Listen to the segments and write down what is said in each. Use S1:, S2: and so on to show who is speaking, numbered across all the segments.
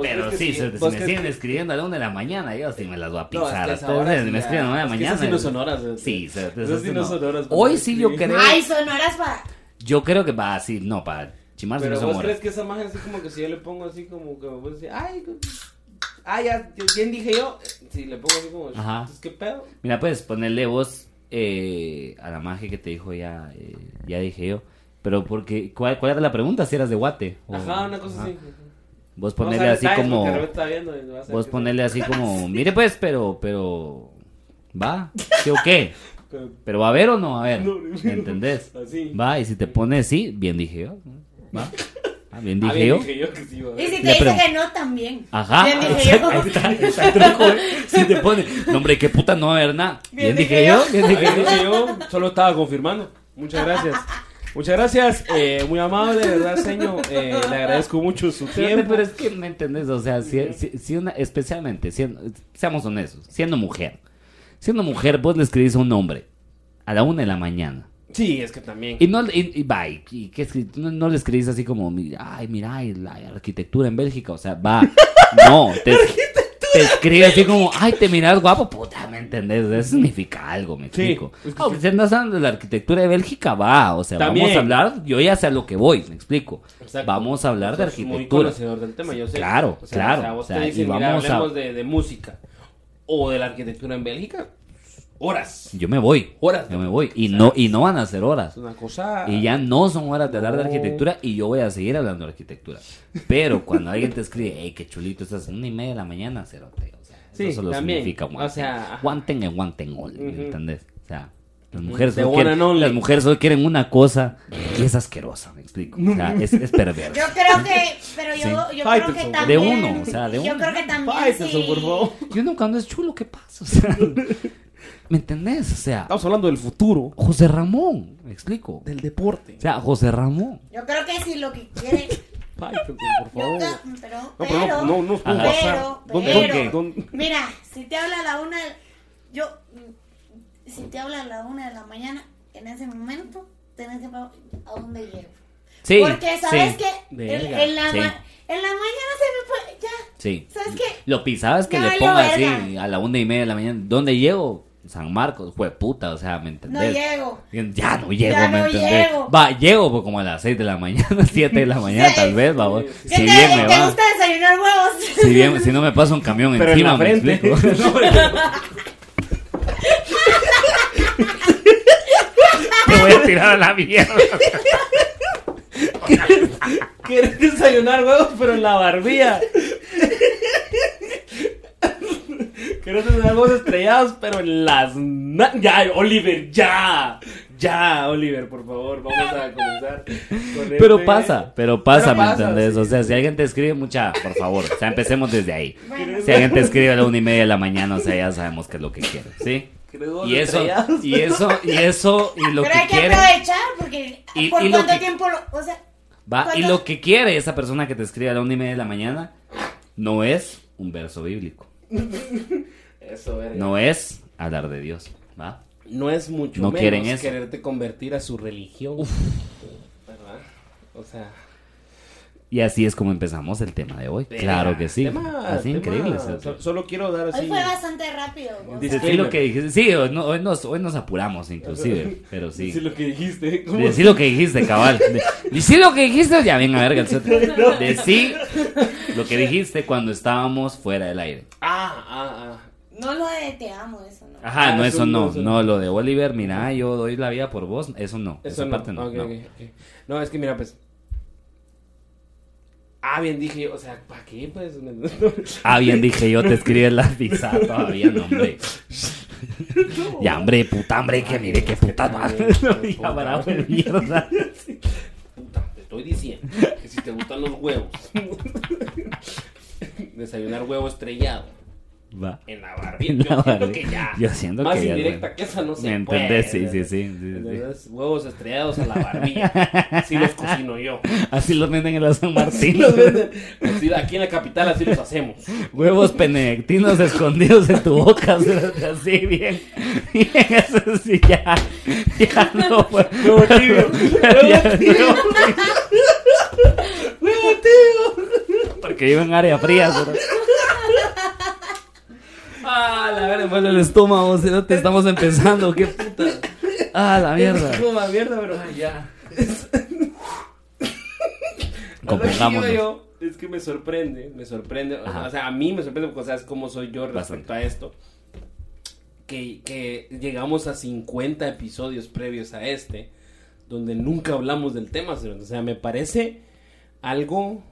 S1: Pero sí, si me
S2: vos crees
S1: siguen
S2: Pues que-
S1: escribiendo a la una de la mañana, yo sí me las voy a
S2: No,
S1: pisar.
S2: hasta
S1: a
S2: esa
S1: todos.
S2: hora sí
S1: me
S2: ya-
S1: escriben a la una de la
S2: es que esas
S1: mañana.
S2: sí no son horas, ¿eh?
S1: Sí, se-
S2: Esas
S1: esas
S2: sí no son horas para
S1: Hoy sí yo
S2: escribir.
S1: creo.
S3: Ay, son horas para.
S1: Yo creo que va así, no, para chimarse no
S2: Pero
S1: son
S2: vos
S1: horas.
S2: crees que esa magia así como que si yo le pongo así como que vos decís, ay, co- ah, ya, ¿quién dije yo? Si le pongo así como,
S1: Ajá.
S2: "Pues, ¿qué pedo?
S1: Mira, pues ponerle vos eh, a la magia que te dijo ya, eh, ya dije yo. Pero porque, ¿cuál, cuál era la pregunta? Si eras de guate. o-
S2: Ajá, una cosa
S1: ajá.
S2: así. Vamos
S1: Vos
S2: a
S1: ponerle
S2: ver
S1: así
S2: detalles,
S1: como,
S2: porque Roberto está viendo y va a hacer
S1: vos
S2: que-
S1: ponerle así como, mire pues, pero, pero, ¿va? ¿Sí o qué?
S2: que-
S1: ¿Pero va a haber o no va a haber?
S2: No,
S1: ¿Me entendés?
S2: Así.
S1: Va, y si te pones sí, bien dije yo. ¿Va? Ah, bien
S2: Ah,
S1: dije
S2: bien,
S1: yo.
S2: Dije yo que sí, va a
S3: Y
S2: ver.
S3: si te
S1: Le
S3: dice
S1: pregun-
S3: que no, también.
S1: Ajá.
S3: Bien dije
S1: exacto,
S3: yo.
S1: ahí está, ahí está el truco, ¿eh? Si te pones, no, hombre, qué puta no va a haber nada. Bien,
S3: Bien
S1: dije
S3: dije
S1: yo, bien
S2: Ah,
S1: dije
S2: bien, dije yo, solo estaba confirmando. Muchas gracias. Muchas gracias, eh, muy amable, de verdad, señor. Eh, le agradezco mucho su
S1: Fíjate,
S2: tiempo.
S1: pero es que me entendés, o sea, si, si- si una, especialmente, siendo- seamos honestos, siendo mujer, siendo mujer, vos le escribís a un hombre a la una de la mañana.
S2: Sí, es que también.
S1: Y no, y, y va, y- y qué escri- no, no le escribís así como, mi- ay, mira, ay, la arquitectura en Bélgica, o sea, va, no, te, te escribe así como, ay, te miras guapo, puta, ¿me entendés? Eso significa algo, me
S2: Sí,
S1: explico.
S2: es que
S1: Ah,
S2: sí.
S1: si andas hablando de la arquitectura de Bélgica, va, o sea, vamos
S2: También.
S1: a hablar, yo ya sé a lo que voy, me explico.
S2: Exacto.
S1: Vamos a hablar de
S2: Sos Muy
S1: arquitectura.
S2: conocedor del tema, yo sé.
S1: Claro,
S2: O sea,
S1: claro,
S2: O sea, vos
S1: o sea,
S2: te
S1: y
S2: dicen, mira,
S1: vamos a-
S2: hablemos de, de música o de la arquitectura en Bélgica, horas.
S1: Yo me voy.
S2: Horas.
S1: Yo me voy. Y no, y no van a ser horas.
S2: Es una cosa.
S1: Y ya no son horas de hablar de
S2: No.
S1: arquitectura y yo voy a seguir hablando de arquitectura. Pero cuando alguien te escribe, hey, qué chulito, estás a una y media de la mañana, cerote. O sea,
S2: Sí,
S1: eso solo
S2: también.
S1: significa one
S2: O sea,
S1: thing. One thing and one thing only, ¿me
S2: Ujú. Mm,
S1: entendés? O sea, las mujeres,
S2: The
S1: solo
S2: one
S1: quieren,
S2: and only.
S1: las mujeres solo quieren una cosa y es asquerosa, me explico. O sea, es, es perverso.
S3: Yo creo que. Pero yo, yo creo que
S2: Faitelson.
S3: también.
S1: De uno, o sea, de
S3: Yo
S1: uno.
S3: creo que también.
S2: Faitelson,
S3: sí.
S2: pues, por favor.
S1: Yo no, cuando es chulo, ¿qué pasa? O sea, ¿me entendés? O sea,
S2: Estamos hablando del futuro,
S1: José Ramón, me explico.
S2: del deporte.
S1: O sea, José Ramón.
S3: Yo creo que si lo que quiere.
S2: Python, por
S3: Yo
S2: favor.
S3: creo- pero,
S2: Oh. No, pero no, no, no,
S1: Ajá.
S3: pero,
S2: no WhatsApp. ¿Dónde-
S3: pero,
S2: dónde- dónde-
S3: mira, si te habla a la una, yo, mm, si te habla a la una de la mañana, en ese momento, tenés que pa- a dónde llego.
S1: Sí.
S3: Porque sabes
S1: sí,
S3: que en,
S2: Verga,
S3: en la
S1: sí.
S3: ma- en la mañana se me puede, ya,
S1: Sí.
S3: ¿sabes qué?
S1: Lo pisabas que
S3: Ya
S1: le
S3: valió
S1: ponga
S3: verga.
S1: así a la una y media de la mañana. ¿Dónde llego? San Marcos, jueputa, o sea,
S3: No
S1: ¿me entendés?
S3: llego.
S1: Ya no llego,
S3: Ya
S1: ¿me
S3: no
S1: entendés?
S3: llego.
S1: Va, llego pues, como a las 6 de la mañana, 7 de la mañana,
S3: Sí.
S1: tal vez, vamos.
S2: Sí,
S3: ¿Qué
S1: Si
S3: te,
S1: bien me
S3: te
S1: va.
S3: gusta desayunar huevos?
S1: Si bien, si no me pasa un camión
S2: Pero en
S1: encima,
S2: la
S1: me
S2: frente.
S1: explico. Te voy a tirar a la mierda.
S2: Quieres desayunar huevos, pero en la barbilla. Quieres desayunar huevos estrellados, pero en las. na- Ya, Oliver, ya. Ya, Oliver, por favor, vamos a comenzar. con
S1: Pero
S2: este-
S1: pasa, pero pasa,
S2: Pero
S1: ¿me
S2: pasa,
S1: entendés?
S2: sí.
S1: O sea, si alguien te escribe, mucha, por favor, o sea, empecemos desde ahí.
S3: Bueno,
S1: Si alguien te escribe a la una y media de la mañana, o sea, ya sabemos qué es lo que quiere, ¿sí?
S2: ¿Quieres huevos
S1: Y eso,
S2: estrellados?
S1: y e- eso, y eso, y lo
S3: pero
S1: que
S3: hay que
S1: quiere,
S3: aprovechar porque
S1: Y-
S3: por
S1: y lo
S3: cuánto
S1: que-
S3: tiempo, lo- o sea,
S1: va, y
S3: ¿cuánto?
S1: lo que quiere esa persona que te escribe a la una y media de la mañana no es un verso bíblico,
S2: Eso, verga.
S1: no es hablar de Dios, ¿va?
S2: No es mucho
S1: No
S2: menos
S1: quieren eso.
S2: quererte convertir a su religión. ¿Verdad? O sea.
S1: Y así es como empezamos el tema de hoy. Claro que sí.
S2: Temas,
S1: así
S2: temas.
S1: increíble. es el-
S2: ah, So- Solo quiero dar así.
S3: hoy fue bastante rápido. o
S2: Dis-
S3: sea,
S1: Decir lo que dijiste. Sí, hoy, no- hoy nos, hoy nos apuramos inclusive, pero Pues sí.
S2: Decir lo que dijiste. ¿Cómo?
S1: Decí lo que dijiste, cabal. De- Decí lo que dijiste, ya bien a verga el cerote. Decí lo que dijiste cuando estábamos fuera del aire.
S2: Ah, ah, ah.
S3: no lo de te amo, eso no.
S1: Ajá,
S2: Ah,
S1: no,
S2: eso
S1: eso no,
S2: no, eso
S1: no, lo de Oliver, mira, yo doy la vida por vos, eso no,
S2: Eso
S1: esa
S2: no.
S1: parte no,
S2: Ok,
S1: no.
S2: ok, ok. No, es que mira, pues. Ah, bien dije yo. O sea, ¿para qué? Pues.
S1: Ah, bien, dije yo, te escribí en la pizza todavía, no, hombre. Ya, hombre, puta, hombre, que mire, que puta madre. No, ya, bravo, de mierda.
S2: Puta, te estoy diciendo que si te gustan los huevos. Desayunar huevo estrellado
S1: Va.
S2: en la
S1: En
S2: barbilla.
S1: la
S2: Yo siento
S1: barbilla.
S2: que ya.
S1: Yo siento
S2: Más
S1: que ya,
S2: indirecta
S1: güey.
S2: que esa no se
S1: ¿Me entendés? Sí,
S2: puede.
S1: sí, sí, sí, sí.
S2: Entonces, Huevos estrellados a la barbilla. Así los cocino yo.
S1: Así los venden en la San Martín.
S2: Los venden. Así, aquí en la capital así los hacemos.
S1: Huevos penedictinos escondidos en tu boca, cerote, así bien. Bien, eso sí, ya. Ya no fue.
S2: Huevo tibio.
S1: Ya no,
S2: ¡Huevo tío!
S1: porque porque vivo en área fría. ¿verdad? Ah, la verga, me duele el estómago, si no te estamos empezando, qué puta. Ah, la mierda.
S2: Es como más mierda, pero ay, ya. A lo que iba
S1: Compongámonos.
S2: yo es que me sorprende, me sorprende, o sea,
S1: Ajá.
S2: o sea, a mí me sorprende porque sabes cómo soy yo respecto
S1: Bastante.
S2: a esto. Que, que llegamos a 50 episodios previos a este, donde nunca hablamos del tema, cerote. o sea, me parece algo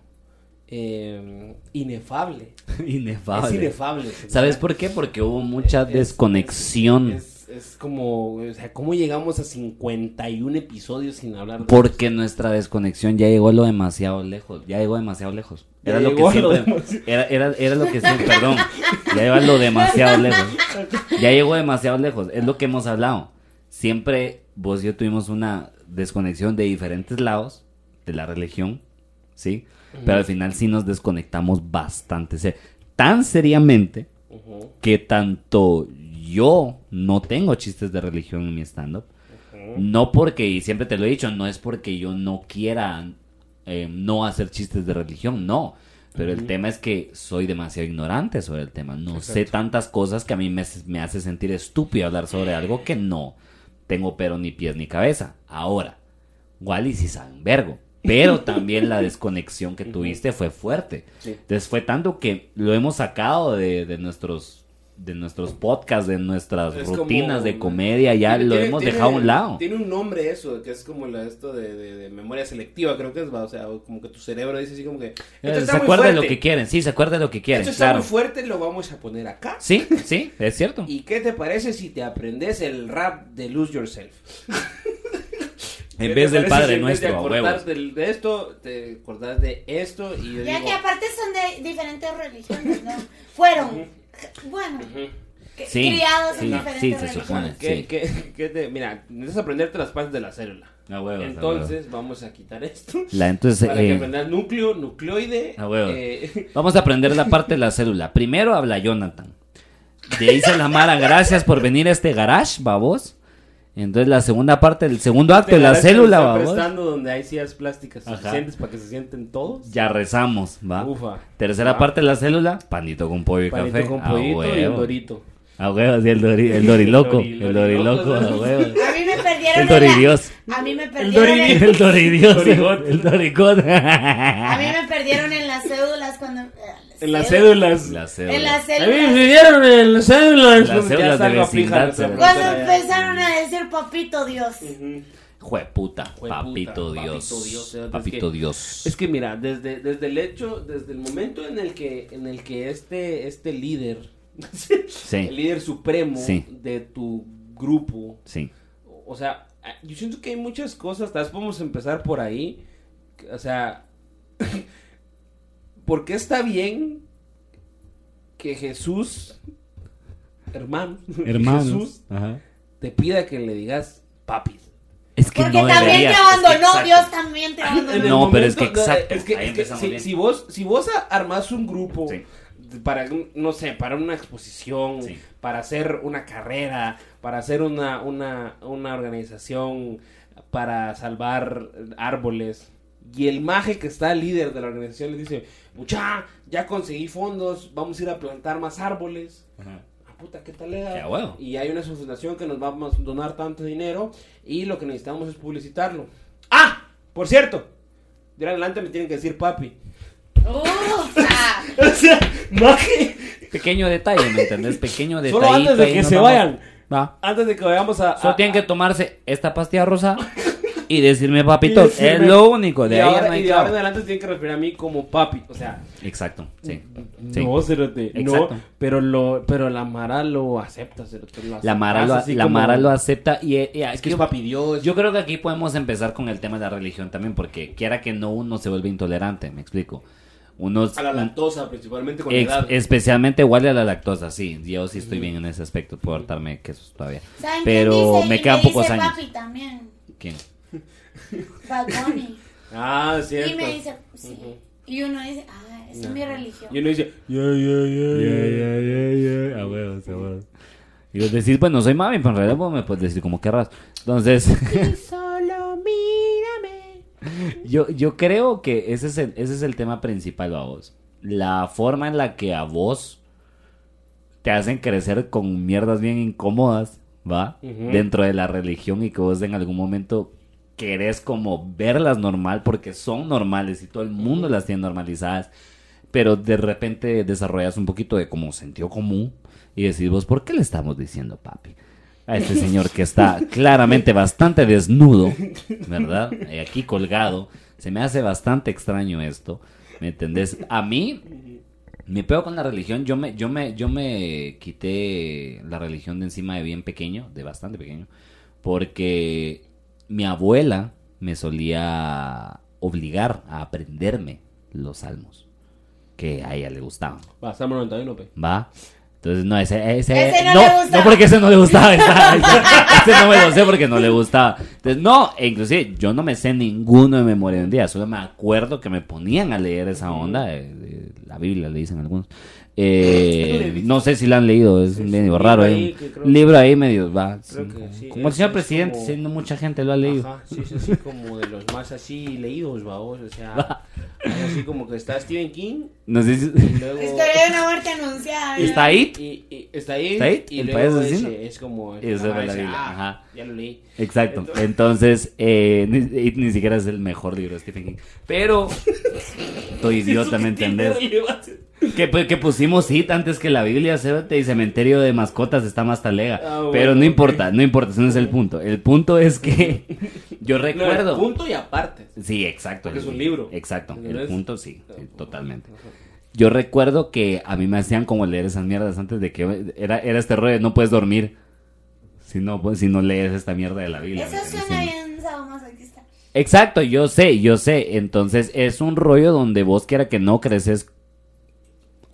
S2: eh, inefable. Es
S1: Inefable.
S2: inefable. cerote.
S1: ¿Sabes por qué? Porque hubo mucha
S2: Es-
S1: desconexión.
S2: Es, es como, o sea, ¿cómo llegamos a 51 episodios sin hablar de
S1: Porque nuestra desconexión ya llegó a lo demasiado lejos. Ya llegó demasiado lejos.
S2: Ya
S1: Era lo
S2: llegó
S1: que
S2: a lo
S1: siempre.
S2: demasiado-
S1: Era, era, era lo que siempre. Perdón. Ya llegó a lo demasiado lejos. Ya llegó demasiado lejos. Es lo que hemos hablado. Siempre vos y yo tuvimos una desconexión de diferentes lados de la religión. ¿Sí? Pero al final sí nos desconectamos bastante. se- tan seriamente
S2: Ujú,
S1: que tanto yo no tengo chistes de religión en mi stand-up.
S2: ujú.
S1: No porque, y siempre te lo he dicho, no es porque yo no quiera eh, no hacer chistes de religión, no. Pero el tema es que soy demasiado ignorante sobre el tema. No sé tantas cosas que a mí me, hace- me hace sentir estúpido hablar sobre algo que no tengo pero ni pies ni cabeza. Ahora, Wally sí sabe un vergo. Pero también la desconexión que tuviste fue fuerte.
S2: Sí.
S1: Entonces fue tanto que lo hemos sacado de, de nuestros de nuestros podcasts, de nuestras
S2: Es
S1: rutinas
S2: como-
S1: de comedia, ya
S2: Tiene-
S1: lo
S2: tiene-
S1: hemos
S2: tiene-
S1: dejado a un lado.
S2: Tiene un nombre eso, que es como la, esto de, de- de memoria selectiva, creo que es, va, o sea, como que tu cerebro dice así como que... Esto
S1: Eh, se
S2: está muy
S1: acuerda de
S2: fuerte,
S1: lo que quieren, sí, se acuerda de lo que quieren,
S2: esto está
S1: claro.
S2: muy fuerte, lo vamos a poner acá.
S1: Sí, sí, es cierto.
S2: ¿Y qué te parece si te aprendes el rap de Lose Yourself? ¿Qué te
S1: en vez
S2: parece
S1: del
S2: si
S1: Padre
S2: en vez de
S1: Nuestro, a
S2: acordar
S1: huevos.
S2: del- de esto, te acordás de esto y yo
S3: Ya
S2: digo...
S3: que aparte son de diferentes religiones, ¿no? Fueron, bueno,
S2: ujú.
S3: que-
S1: Sí,
S3: criados
S1: sí,
S3: en diferentes
S1: sí, se
S3: religiones.
S1: supone.
S2: ¿Qué,
S1: Sí.
S2: qué- qué te- mira, necesitas aprenderte las partes de la célula.
S1: A huevos, a
S2: Entonces vamos a quitar esto.
S1: La, entonces,
S2: Para que
S1: eh,
S2: aprendas núcleo, nucleoide.
S1: A huevos.
S2: eh,
S1: vamos a aprender la parte de la célula. Primero habla Jonathan. Te dice la Mara, gracias por venir a este garage, babos. Entonces la segunda parte, el segundo acto de Ah, la
S2: Este garage que
S1: célula,
S2: nos está
S1: babos.
S2: prestando donde hay sillas plásticas
S1: Ajá.
S2: suficientes para que se sienten todos.
S1: Ya rezamos, va.
S2: Ufa.
S1: Tercera
S2: Va.
S1: parte de la célula, panito con pollo y
S2: Ah. Panito
S1: café.
S2: con
S1: A
S2: pollito y un
S1: huevo.
S2: dorito.
S1: A huevos, y el, dori- el doriloco.
S2: El
S1: el doriloco, a
S2: doriloco.
S1: huevos.
S3: A mí me perdieron
S1: El
S3: en la-
S1: Doridios.
S3: A mí me perdieron en-
S1: El doridios,
S2: Dorigot.
S1: el doricot.
S3: A mí me perdieron en las cédulas cuando. eh,
S2: En las cédulas.
S1: Ah. La célula.
S3: En las
S2: A mí me
S3: cédulas.
S2: pidieron en las cédulas.
S1: Las
S2: Ya
S1: células de
S2: salgo a fijar
S1: vecindad,
S2: esa
S3: Cuando
S2: frontera ya.
S3: empezaron a decir papito Dios.
S2: Ujú. Jueputa,
S1: Jueputa, papito
S2: papito
S1: Dios.
S2: Dios, es
S1: Papito
S2: que-
S1: Dios.
S2: Es que mira, desde, desde el hecho, desde el momento en el que, en el que este, este líder, el líder supremo
S1: Sí.
S2: de tu grupo,
S1: Sí.
S2: O sea, ah, yo siento que hay muchas cosas, tal vez podemos empezar por ahí. O sea, ¿por qué está bien que Jesús, hermano, Jesús, te pida que le digas papi?
S1: Es que
S3: Porque
S1: no
S3: también
S1: debería.
S3: te abandonó,
S2: exacto.
S3: Dios también te
S2: En el
S3: abandonó.
S1: No, pero es que
S2: momento-
S1: exacto,
S2: es que-
S1: ahí
S2: es que
S1: empezamos
S2: si,
S1: bien.
S2: si vos, si vos a- armás un grupo
S1: Sí.
S2: para, un- no sé, para una exposición,
S1: Sí.
S2: para hacer una carrera, para hacer una, una, una organización, para salvar árboles. Y el maje que está líder de la organización le dice, mucha, ya conseguí fondos, vamos a ir a plantar más árboles. Ah, puta, ¿qué tal le da?
S1: Qué huevo.
S2: Y hay una fundación que nos va a donar tanto dinero y lo que necesitamos es publicitarlo. ¡Ah! Por cierto, de ahora en adelante me tienen que decir papi.
S3: Ufa.
S2: O sea, maje,
S1: Pequeño detalle, ¿me entendés? Pequeño detalle.
S2: Solo antes de que se vayan.
S1: Va.
S2: Antes de que vayamos a...
S1: Ah. Solo
S2: a-
S1: tienen
S2: a-
S1: que tomarse esta pastilla rosa y decirme papito.
S2: y decirme-
S1: Es lo único. De
S2: y
S1: ahí
S2: ahora,
S1: no
S2: y
S1: hay
S2: de ahora en
S1: clavo.
S2: adelante se tienen que referir a mí como papi. O sea,
S1: Exacto. Sí. sí.
S2: no, Cerote, no.
S1: Exacto.
S2: Pero, lo, pero la Mara lo acepta, Cerote. lo
S1: La Mara,
S2: aceptas
S1: lo,
S2: así
S1: la
S2: como-
S1: Mara lo acepta y, eh, y- y-
S2: Es que es papi Dios.
S1: Yo creo que aquí podemos empezar con el tema de la religión también, porque quiera que no uno se vuelve intolerante, me explico. Uno
S2: a la lactosa, principalmente con la
S1: ex-
S2: edad.
S1: especialmente igual a la lactosa, sí. Yo sí estoy bien en ese aspecto, puedo hartarme quesos todavía.
S3: ¿Saben quién
S1: Pero
S3: dice? Y
S1: me
S3: le
S1: quedan
S3: dice
S1: pocos años.
S3: papi también.
S1: ¿Quién?
S3: Bad Bunny.
S2: Ah, cierto.
S3: Y me dice, sí.
S2: Ujú.
S3: Y uno dice, ah, esa es mi religión.
S2: Y uno dice,
S1: Y vos decís, bueno, soy mami, pero en realidad vos me puedes decir como querrás. Entonces,
S2: solo mírame.
S1: yo, yo creo que ese es el, ese es el tema principal, a vos. la forma en la que a vos te hacen crecer con mierdas bien incómodas, ¿va?
S2: Ujú.
S1: Dentro de la religión y que vos en algún momento querés como verlas normal porque son normales y todo el mundo las tiene normalizadas. Pero de repente desarrollas un poquito de como sentido común y decís vos, ¿por qué le estamos diciendo papi? A este señor que está claramente bastante desnudo, ¿verdad? Y aquí colgado. Se me hace bastante extraño esto, ¿me entendés? A mí mi peor con la religión, yo me, yo me, yo me quité la religión de encima de bien pequeño, de bastante pequeño, porque mi abuela me solía obligar a aprenderme los salmos que a ella le gustaban,
S2: Va, Salmo 91, pe.
S1: ¿va? Entonces, no, ese, ese,
S3: Ese no
S1: no,
S3: le gustaba.
S1: no, porque ese no le gustaba, esa- esa- ese no me lo sé porque no le gustaba. Entonces, no, e inclusive yo no me sé ninguno de memoria de un día, solo me acuerdo que me ponían a leer esa onda, de- de la Biblia le dicen algunos. Eh,
S2: Le dicen.
S1: no sé si la han leído, es
S2: Sí,
S1: medio
S2: sí, un
S1: raro.
S2: libro
S1: hay
S2: ahí
S1: un
S2: que creo-
S1: libro ahí medio, va.
S2: Creo
S1: sí,
S2: que sí,
S1: como el
S2: es-
S1: señor
S2: es
S1: presidente,
S2: como-
S1: sí, no mucha gente lo ha leído.
S2: Ajá, sí, es así como de los más así leídos, vaos. O sea, es así como que está Stephen King
S1: No sé si-
S2: y luego.
S3: Historia de una muerte anunciada. ¿verdad?
S1: Está ahí.
S2: Y, y- está ahí.
S1: Está ahí,
S2: y
S1: el
S2: luego
S1: país
S2: ese,
S1: asesino.
S2: es como.
S1: Esa es
S2: ajá,
S1: la
S2: ese,
S1: Biblia,
S2: ah,
S1: ajá.
S2: Ya lo leí.
S1: Exacto. Entonces, eh, ni, y ni siquiera es el mejor libro de Stephen King. Pero, estoy idiota, ¿me entendés? Que, pu- que pusimos hit antes que la Biblia, cerote, y Cementerio de Mascotas está más talega.
S2: Ah, bueno,
S1: Pero no
S2: ok.
S1: importa, no importa, ese no es el punto. El punto es que yo recuerdo...
S2: No, punto y aparte.
S1: Sí, exacto.
S2: Porque
S1: el-
S2: es un libro. Ah,
S1: Exacto, el
S2: ¿Entendés?
S1: punto sí, sí, totalmente.
S2: Ajá.
S1: Yo recuerdo que a mí me hacían como leer esas mierdas antes de que yo- era, era este rollo de no puedes dormir si no, pues, si no lees esta mierda de la Biblia. ¿me
S3: Eso
S1: entendés?
S3: suena
S1: Sí.
S3: bien sadomasoquista.
S1: Exacto, yo sé, yo sé. Entonces es un rollo donde vos quiera que no creces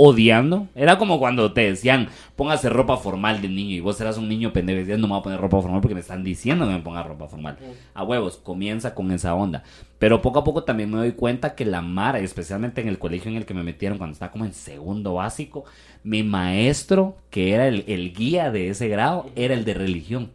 S1: odiando. Era como cuando te decían, póngase ropa formal de niño y vos eras un niño pendejo y decías, no me voy a poner ropa formal porque me están diciendo que me ponga ropa formal. A huevos, comienza con esa onda. Pero poco a poco también me doy cuenta que la Mara, especialmente en el colegio en el que me metieron cuando estaba como en segundo básico, mi maestro, que era el, el guía de ese grado, era el de religión.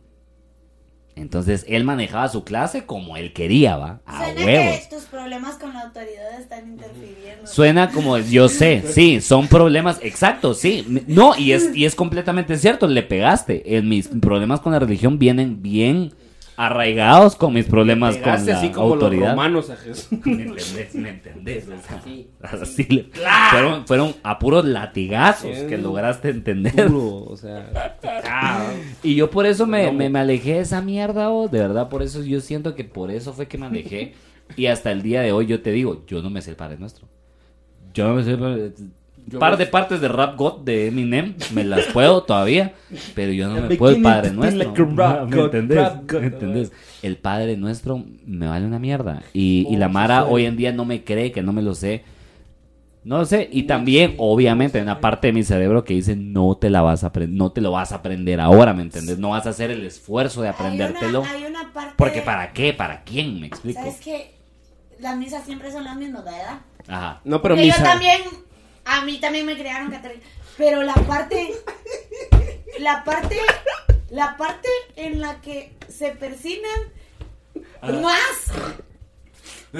S1: Entonces él manejaba su clase como él quería, ¿va? A
S3: Suena
S1: huevos.
S3: que tus problemas con la autoridad están interfiriendo.
S1: Suena como, yo sé, sí, son problemas, exacto, sí. m- No, y es, y es completamente cierto, le pegaste. En mis problemas con la religión vienen bien arraigados con mis problemas con
S2: Pegaste
S1: la
S2: así como los
S1: autoridad.
S2: romanos a Jesús.
S1: ¿Me entendés? ¿Me entendés? O sea,
S2: Sí,
S1: así le- fueron, fueron a puros latigazos que
S2: Sí.
S1: lograste entender.
S2: Duro, o sea. ah,
S1: Y yo por eso me,
S2: Lomo.
S1: me, me alejé de esa mierda, oh, de verdad, por eso yo siento que por eso fue que me alejé. y hasta el día de hoy yo te digo, yo no me sé el Padre Nuestro. Yo no me sé el Padre
S2: Yo
S1: Par
S2: me-
S1: de partes de Rap God de Eminem, me las puedo todavía, pero yo no
S2: I'm
S1: me puedo el
S2: beginning
S1: Padre
S2: to
S1: Nuestro.
S2: feel like a rap
S1: ¿Me
S2: god,
S1: entendés?
S2: rap god.
S1: ¿Me entendés? El Padre Nuestro me vale una mierda. Y, y la
S2: Oh,
S1: Mara
S2: sí.
S1: hoy en día no me cree que no me lo sé. No lo sé, y también, obviamente, hay una parte de mi cerebro que dice, no te la vas a aprender, no te lo vas a aprender ahora, ¿me entendés? No vas a hacer el esfuerzo de aprendértelo,
S3: Hay una, hay una parte.
S1: porque
S3: de-
S1: ¿para qué? ¿Para quién? Me explico.
S3: ¿Sabes qué? Las misas siempre son las mismas, ¿verdad?
S1: Ajá.
S2: No, pero
S3: Porque
S2: misa.
S3: Yo también, a mí también me crearon católica. Pero la parte, la parte, la parte en la que se persinan
S1: Ah.
S3: más,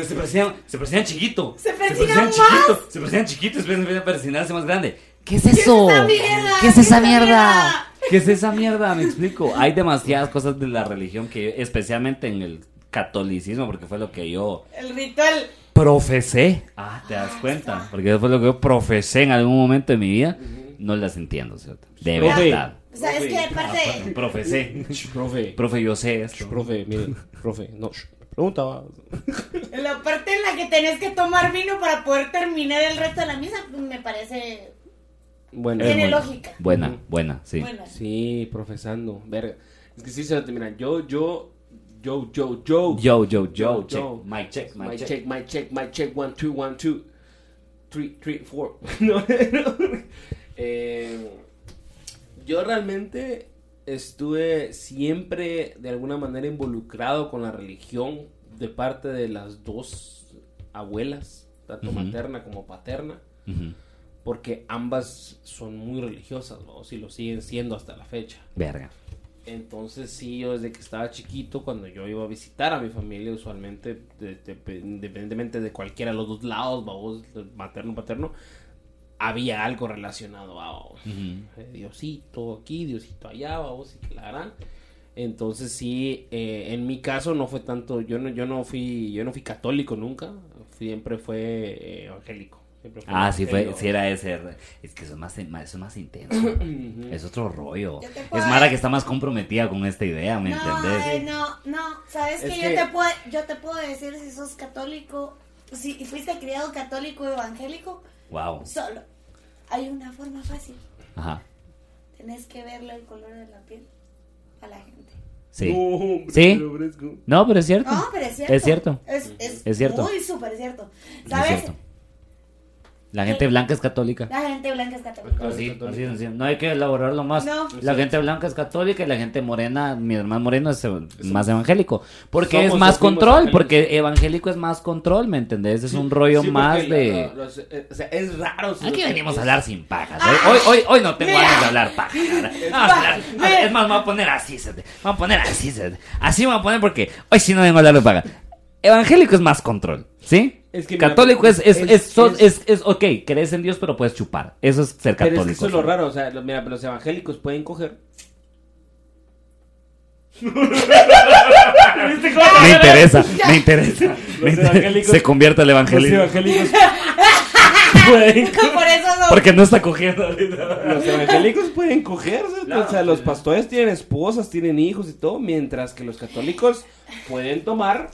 S1: Se persinan, se persinan chiquito.
S3: Se persinan Se persinan más. chiquito,
S1: se persinan chiquito, se a persinarse más grande. ¿Qué es eso?
S3: esa mierda?
S1: ¿Qué es
S3: ¿Qué
S1: esa
S3: es esa
S1: mierda?
S3: mierda?
S1: ¿Qué es esa mierda? Me explico. Hay demasiadas cosas de la religión que, especialmente en el catolicismo, porque fue lo que yo...
S3: el ritual.
S1: profesé. Ah, te das cuenta.
S3: está.
S1: Porque eso fue lo que yo profesé en algún momento de mi vida. No las entiendo, ¿cierto? De
S2: Profe.
S1: verdad.
S3: ¿Sabes qué? Aparte
S1: Ah,
S3: de
S1: profesé.
S2: Sh, profe.
S1: Profe, yo sé esto.
S2: Profe, miren, profe, no, sh, pregunta. va.
S3: la parte en la que tenés que tomar vino para poder terminar el resto de la misa, pues, me parece.
S2: Bueno, eh,
S1: Es
S3: Tiene
S1: buena.
S3: lógica.
S1: Buena, buena, sí.
S3: Bueno,
S2: sí, profesando, verga. Es que sí se termina. Yo, yo, yo, yo, yo.
S1: Yo, yo, yo,
S2: Yo,
S1: check.
S2: yo.
S1: My check, my
S2: My
S1: check.
S2: check, my check, my check, one, two, one, two, three, three, four. No, no. Eh, yo realmente estuve siempre de alguna manera involucrado con la religión de parte de las dos abuelas, tanto
S1: Ujú.
S2: materna como paterna,
S1: Ujú.
S2: porque ambas son muy religiosas, ¿no? Si lo siguen siendo hasta la fecha.
S1: Verga.
S2: Entonces sí, yo desde que estaba chiquito, cuando yo iba a visitar a mi familia, usualmente, de- de- independientemente de cualquiera de los dos lados, vamos, materno, paterno, había algo relacionado a vamos.
S1: Ujú.
S2: Eh, Diosito aquí, Diosito allá, vamos, y que la gran. Entonces sí, eh, en mi caso no fue tanto, yo no, yo no fui, yo no fui católico nunca, siempre fue eh, evangélico. siempre fue
S1: Ah, sí, fue,
S2: evangélico.
S1: sí era ese. re- Es que eso es más, más- eso es más intenso. es otro rollo.
S3: Yo te
S1: Es
S3: puedo-
S1: Mara que está más comprometida con esta idea, ¿me
S3: No,
S1: entendés?
S3: ay, no, no, sabes que,
S2: Es
S3: yo
S2: que-
S3: te puedo, yo te puedo decir si sos católico, si fuiste criado católico o evangélico,
S1: Wow.
S3: solo hay una forma fácil,
S1: Ajá.
S3: tenés que verle el color de la piel a la gente.
S1: Sí.
S2: No, hombre,
S1: Este, Sí.
S2: pero fresco.
S1: No, pero es cierto.
S3: No, pero es cierto.
S1: Es cierto.
S3: Es, es
S1: Es cierto.
S3: Muy súper cierto.
S1: Es
S3: ¿Sabes?
S1: cierto. La gente blanca es católica.
S3: La gente blanca es católica.
S1: Así,
S2: Católica.
S1: así de sencillo. No hay que elaborarlo más.
S3: No.
S1: La gente blanca es católica y la gente morena, mi hermano moreno es ev- más evangélico. Porque
S2: Somos
S1: es más
S2: los mismos
S1: control,
S2: evangélicos.
S1: porque evangélico es más control, ¿me entendés? Es un rollo
S2: Sí, porque
S1: más
S2: la-
S1: de...
S2: la- los- eh, o sea, es raro. si
S1: Aquí
S2: los-
S1: venimos a
S2: es-
S1: hablar sin pajas. ¿eh? Hoy, hoy, hoy no tengo
S3: Ah. Mira.
S1: ganas de hablar pajas. Vamos a hablar- a ver, es más, me voy a poner así. se te- Me voy a poner así. se te- Así me voy a poner porque hoy sí no vengo a hablar de pajas. Evangélico es más control, ¿sí?
S2: Es que mira,
S1: católico es, es,
S2: es-
S1: es, so-
S2: es-
S1: es- es- ok, crees en Dios pero puedes chupar. Eso es ser
S2: Pero
S1: católico.
S2: es que eso es lo
S1: ¿sabes?
S2: raro, o sea, lo- mira, los evangélicos pueden coger.
S1: Me interesa, me interesa.
S2: Los
S1: me interesa.
S2: evangélicos-
S1: Se convierte al
S2: Los
S1: evangelismo.
S2: evangélicos pueden
S3: Por eso no.
S1: Porque no está cogiendo ahorita.
S2: Los evangélicos pueden cogerse.
S1: Claro,
S2: o sea, los
S1: pues.
S2: pastores tienen esposas, tienen hijos y todo, mientras que los católicos pueden tomar,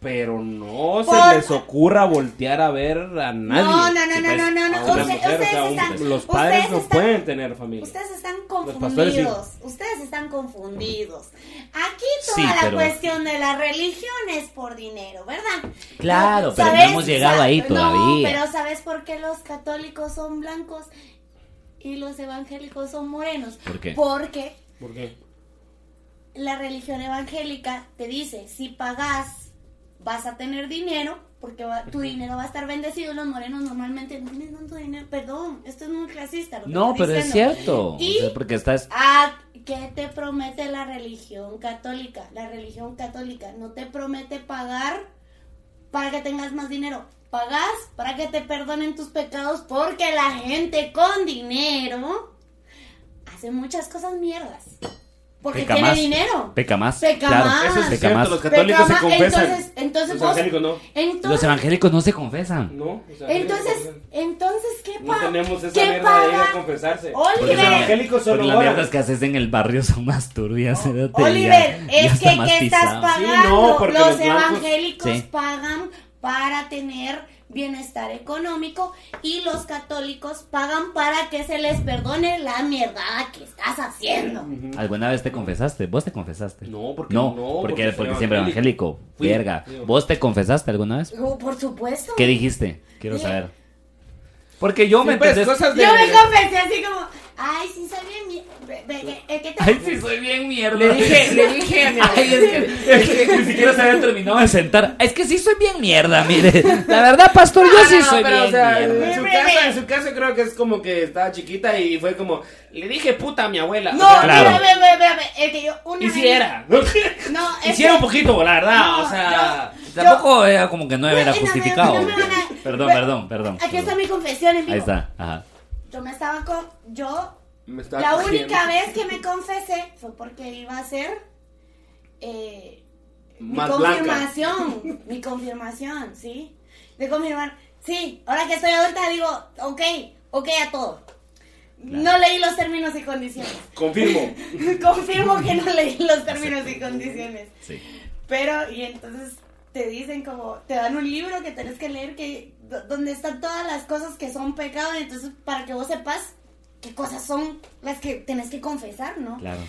S2: pero no
S3: Por-
S2: se les ocurra voltear a ver a nadie.
S3: No, no, no, no,
S2: Sí, pues,
S3: no, no, no.
S2: a una
S3: Usted-
S2: mujer, o sea,
S3: ustedes
S2: un-
S3: están-
S2: los padres
S3: ustedes
S2: no
S3: están-
S2: pueden tener familia.
S3: Ustedes están
S2: pastores sí.
S3: confundidos. Ustedes están confundidos. Aquí toda
S1: Sí,
S3: la
S1: pero-
S3: cuestión de la religión es por dinero, ¿verdad?
S1: Claro, pero no hemos llegado
S3: Sa-
S1: ahí
S3: No,
S1: todavía.
S3: pero ¿sabes por qué los católicos son blancos y los evangélicos son morenos?
S1: ¿Por qué?
S3: Porque
S2: ¿Por qué?
S3: la religión evangélica te dice, si pagas vas a tener dinero, porque va- tu dinero va a estar bendecido. Los morenos normalmente no tienen tanto dinero. Perdón, esto es muy clasista. lo que
S1: No,
S3: estoy
S1: pero es
S3: diciendo.
S1: cierto.
S3: Y-
S1: O sea, porque estás...
S3: Ah, ¿qué te promete la religión católica? La religión católica no te promete pagar para que tengas más dinero. Pagas para que te perdonen tus pecados porque la gente con dinero hace muchas cosas mierdas. Porque
S1: Peca
S3: tiene
S1: más.
S3: dinero.
S1: Peca más.
S3: Peca
S1: claro.
S3: más. Eso es
S1: Peca
S2: cierto,
S1: más.
S2: los católicos
S3: Peca
S2: se
S3: más.
S2: confesan.
S3: Entonces, entonces
S2: los
S3: vos-
S2: evangélicos no.
S1: Los
S3: Entonces,
S1: evangélicos no se confesan.
S2: No, o sea,
S3: entonces, entonces, ¿qué
S2: no
S3: pasa?
S2: tenemos esa
S3: ¿Qué
S2: mierda de ir a
S3: paga?
S2: confesarse.
S1: Porque
S3: Oliver.
S1: Pues la-
S2: evangélicos solo
S1: porque las
S2: oran.
S1: mierdas que haces en el barrio son más turbias. ¿no? Te-
S3: Oliver,
S1: ya- ya
S3: es
S1: está
S3: que
S1: más
S3: ¿qué estás
S1: pisado.
S2: Sí,
S3: pagando?
S2: no, porque
S3: los,
S2: los blancos-
S3: evangélicos
S1: Sí.
S3: pagan para tener bienestar económico y los católicos pagan para que se les perdone la mierda que estás haciendo.
S1: ¿Alguna vez te confesaste? ¿Vos te confesaste?
S2: No, porque
S1: no,
S2: no,
S1: porque,
S2: porque
S1: porque,
S2: soy
S1: siempre
S2: evangélico.
S1: evangélico.
S2: Fui-
S1: Verga.
S2: fui-
S1: ¿Vos te confesaste alguna vez?
S3: Oh, por supuesto.
S1: ¿Qué dijiste? Quiero
S3: Sí.
S1: saber. Porque yo me
S2: Siempre es
S1: entendés-
S2: pues, cosas de-
S3: Yo me confesé así como, ay, sí soy bien mi- ve- ve- ve- eh, ¿qué te
S1: Ay, sí, soy bien mierda.
S2: Le dije- le dije a mi
S1: Ay, es que, es que ni siquiera se había terminado de sentar. Es que sí soy bien mierda, mire. La verdad, pastor, yo
S2: Ah,
S1: sí
S2: no,
S1: soy
S2: pero,
S1: bien
S2: o sea,
S1: mierda.
S2: En su,
S3: Bebé.
S2: caso, en su caso creo que es como que estaba chiquita y fue como, le dije puta a mi abuela.
S3: No,
S2: O sea,
S1: Claro.
S3: mira, ve, ve, ve, ve, es que yo una
S2: Y
S3: vez-
S2: si era.
S3: No, es
S2: Hiciera un
S3: que-
S2: poquito, la verdad.
S3: No,
S2: o sea,
S3: yo-
S1: Tampoco era como que no era
S3: Bueno, no,
S1: justificado.
S3: no me van a-
S1: Perdón,
S3: Ve-
S1: perdón, perdón.
S3: Aquí está
S1: perdón.
S3: mi confesión en vivo.
S1: Ahí está, ajá.
S3: Yo me estaba con, yo
S2: me estaba
S3: La
S2: cogiendo.
S3: única vez que me confesé fue porque iba a ser eh, mi
S2: Más blanca.
S3: confirmación. Mi confirmación, ¿sí? De confirmar. Sí, ahora que estoy adulta digo, ok, ok a todo. No leí los términos y condiciones.
S2: Confirmo.
S3: Confirmo que no leí los términos y condiciones.
S1: Sí.
S3: Pero, y entonces te dicen como, te dan un libro que tenés que leer que do- donde están todas las cosas que son pecado, y entonces para que vos sepas qué cosas son las que tenés que confesar, ¿no?
S1: Claro.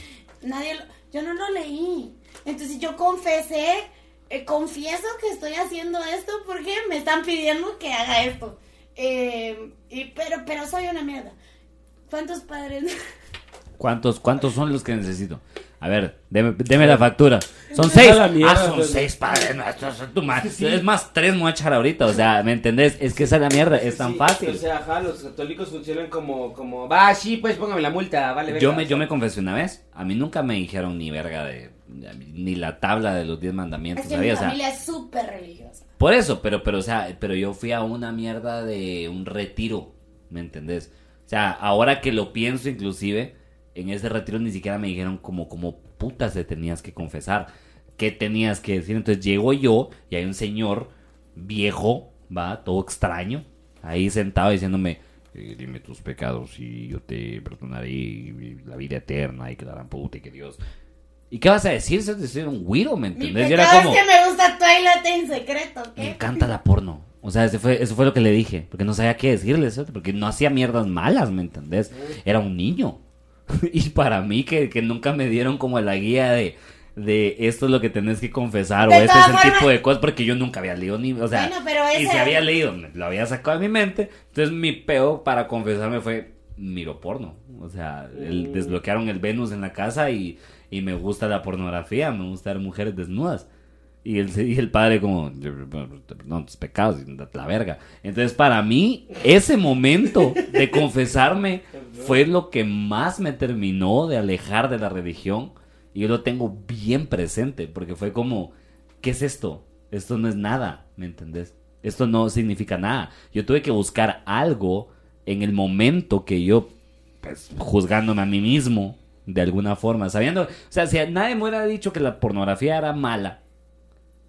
S3: Nadie lo- yo no lo leí. Entonces yo confesé, eh, confieso que estoy haciendo esto porque me están pidiendo que haga esto. Eh, y pero pero soy una mierda. ¿Cuántos padres?
S1: ¿Cuántos, ¿Cuántos son los que necesito? A ver, deme, deme la factura. Son
S2: Esa
S1: seis.
S2: la mierda,
S1: ah, son
S2: pues.
S1: seis, padre nuestro, son tu madre. Es más, tres me voy a echar ahorita. O sea, ¿me entendés? Es que esa es la mierda. Es tan
S2: Sí,
S1: fácil.
S2: O sea, ajá, los católicos funcionan como, como, va, sí, pues póngame la multa, vale,
S1: Yo
S2: venga.
S1: me, yo me confesé una vez. A mí nunca me dijeron ni verga de. Ni la tabla de los diez mandamientos.
S3: Es que
S1: ¿sabía?
S3: mi
S1: O sea,
S3: familia es súper religiosa.
S1: por eso, pero, pero, o sea, pero yo fui a una mierda de un retiro. ¿me entendés? O sea, ahora que lo pienso inclusive, en ese retiro ni siquiera me dijeron como, como putas te tenías que confesar, qué tenías que decir. Entonces llego yo y hay un señor viejo, va, todo extraño, ahí sentado diciéndome, eh, dime tus pecados y yo te perdonaré y la vida eterna y que la gran puta y que Dios... ¿Y qué vas a decir? Eso es un güiro, ¿me
S3: Mi
S1: entendés? Yo era
S3: pecado
S1: como-
S3: es que me gusta Twilight en secreto,
S1: me
S3: ¿qué?
S1: encanta la porno. O sea, ese fue, eso fue lo que le dije. Porque no sabía qué decirle, ¿cierto? Porque no hacía mierdas malas, ¿me entendés? Era un niño. Y para mí, que, que nunca me dieron como la guía de, de esto es lo que tenés que confesar
S3: De
S1: o este
S3: todas
S1: es el
S3: formas-
S1: tipo de cosas, porque yo nunca había leído ni. O sea,
S3: Bueno, pero
S1: y
S3: ese-
S1: si había leído, me- lo había sacado de mi mente. Entonces, mi peo para confesarme fue: miro porno. O sea, el-
S2: Mm.
S1: desbloquearon el Venus en la casa y, y me gusta la pornografía, me gusta ver mujeres desnudas. Y el, y el padre como, "Yo, te perdono tus pecados, y date la verga. Entonces, para mí, ese momento de confesarme fue lo que más me terminó de alejar de la religión. Y yo lo tengo bien presente, porque fue como, ¿qué es esto? Esto no es nada, ¿me entendés? Esto no significa nada. Yo tuve que buscar algo en el momento que yo pues, juzgándome a mí mismo de alguna forma, sabiendo, o sea, si nadie me hubiera dicho que la pornografía era mala,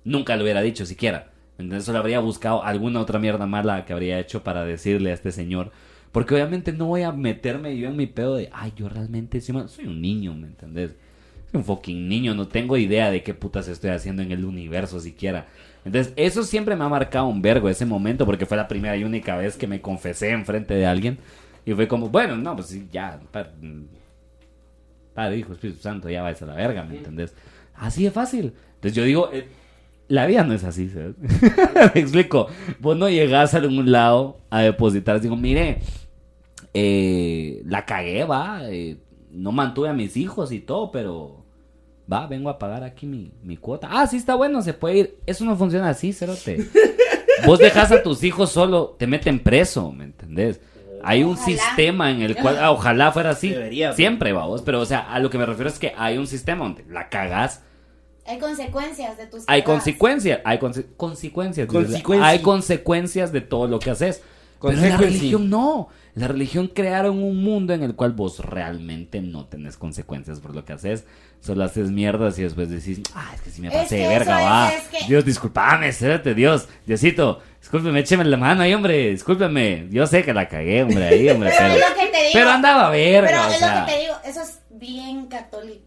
S1: nunca lo hubiera dicho siquiera. Entonces solo habría buscado alguna otra mierda mala que habría hecho para decirle a este señor. Porque obviamente no voy a meterme yo en mi pedo de, ay, yo realmente sí ma- soy un niño, ¿me entendés? Soy un fucking niño, no tengo idea de qué putas estoy haciendo en el universo siquiera. Entonces, eso siempre me ha marcado un vergo ese momento, porque fue la primera y única vez que me confesé enfrente de alguien. Y fue como, bueno, no, pues sí, ya, pa- mm, Padre, Hijo, Espíritu Santo, ya vais a la verga, ¿me entendés? Así de fácil. Entonces yo digo, eh, la vida no es así, ¿sabes? Me explico. Vos no llegás a ningún lado a depositar, digo, mire, eh, la cagué, va, eh, no mantuve a mis hijos y todo, pero va, vengo a pagar aquí mi, mi cuota. Ah, sí, está bueno, se puede ir. Eso no funciona así, cerote. Vos dejas a tus hijos solo, te meten preso, ¿me entendés? Hay un
S3: Ojalá.
S1: sistema en el cual, ah, ojalá fuera así.
S2: Debería, pero-
S1: Siempre, vamos. Pero, o sea, a lo que me refiero es que hay un sistema donde la cagas,
S3: Hay consecuencias de tus
S1: hay
S3: cagadas.
S1: consecuencias, hay conse- consecuencias,
S2: Consecuencias.
S1: hay consecuencias de todo lo que haces. Pero en la
S2: Consecuencias.
S1: religión no. La religión crearon un mundo en el cual vos realmente no tenés consecuencias por lo que haces. Solo haces mierdas y después decís, ah, es que si me
S3: Es
S1: pasé
S3: que
S1: de verga,
S3: eso es-
S1: va.
S3: es que-
S1: Dios, discúlpame, cérate, Dios. Diosito, discúlpeme, écheme la mano ahí, hombre. Discúlpeme. Yo sé que la cagué, hombre, ahí, hombre.
S3: Pero
S1: pero,
S3: es lo que te digo.
S1: pero andaba verga,
S3: Pero
S1: o
S3: es
S1: sea.
S3: lo que te digo, eso es bien católico.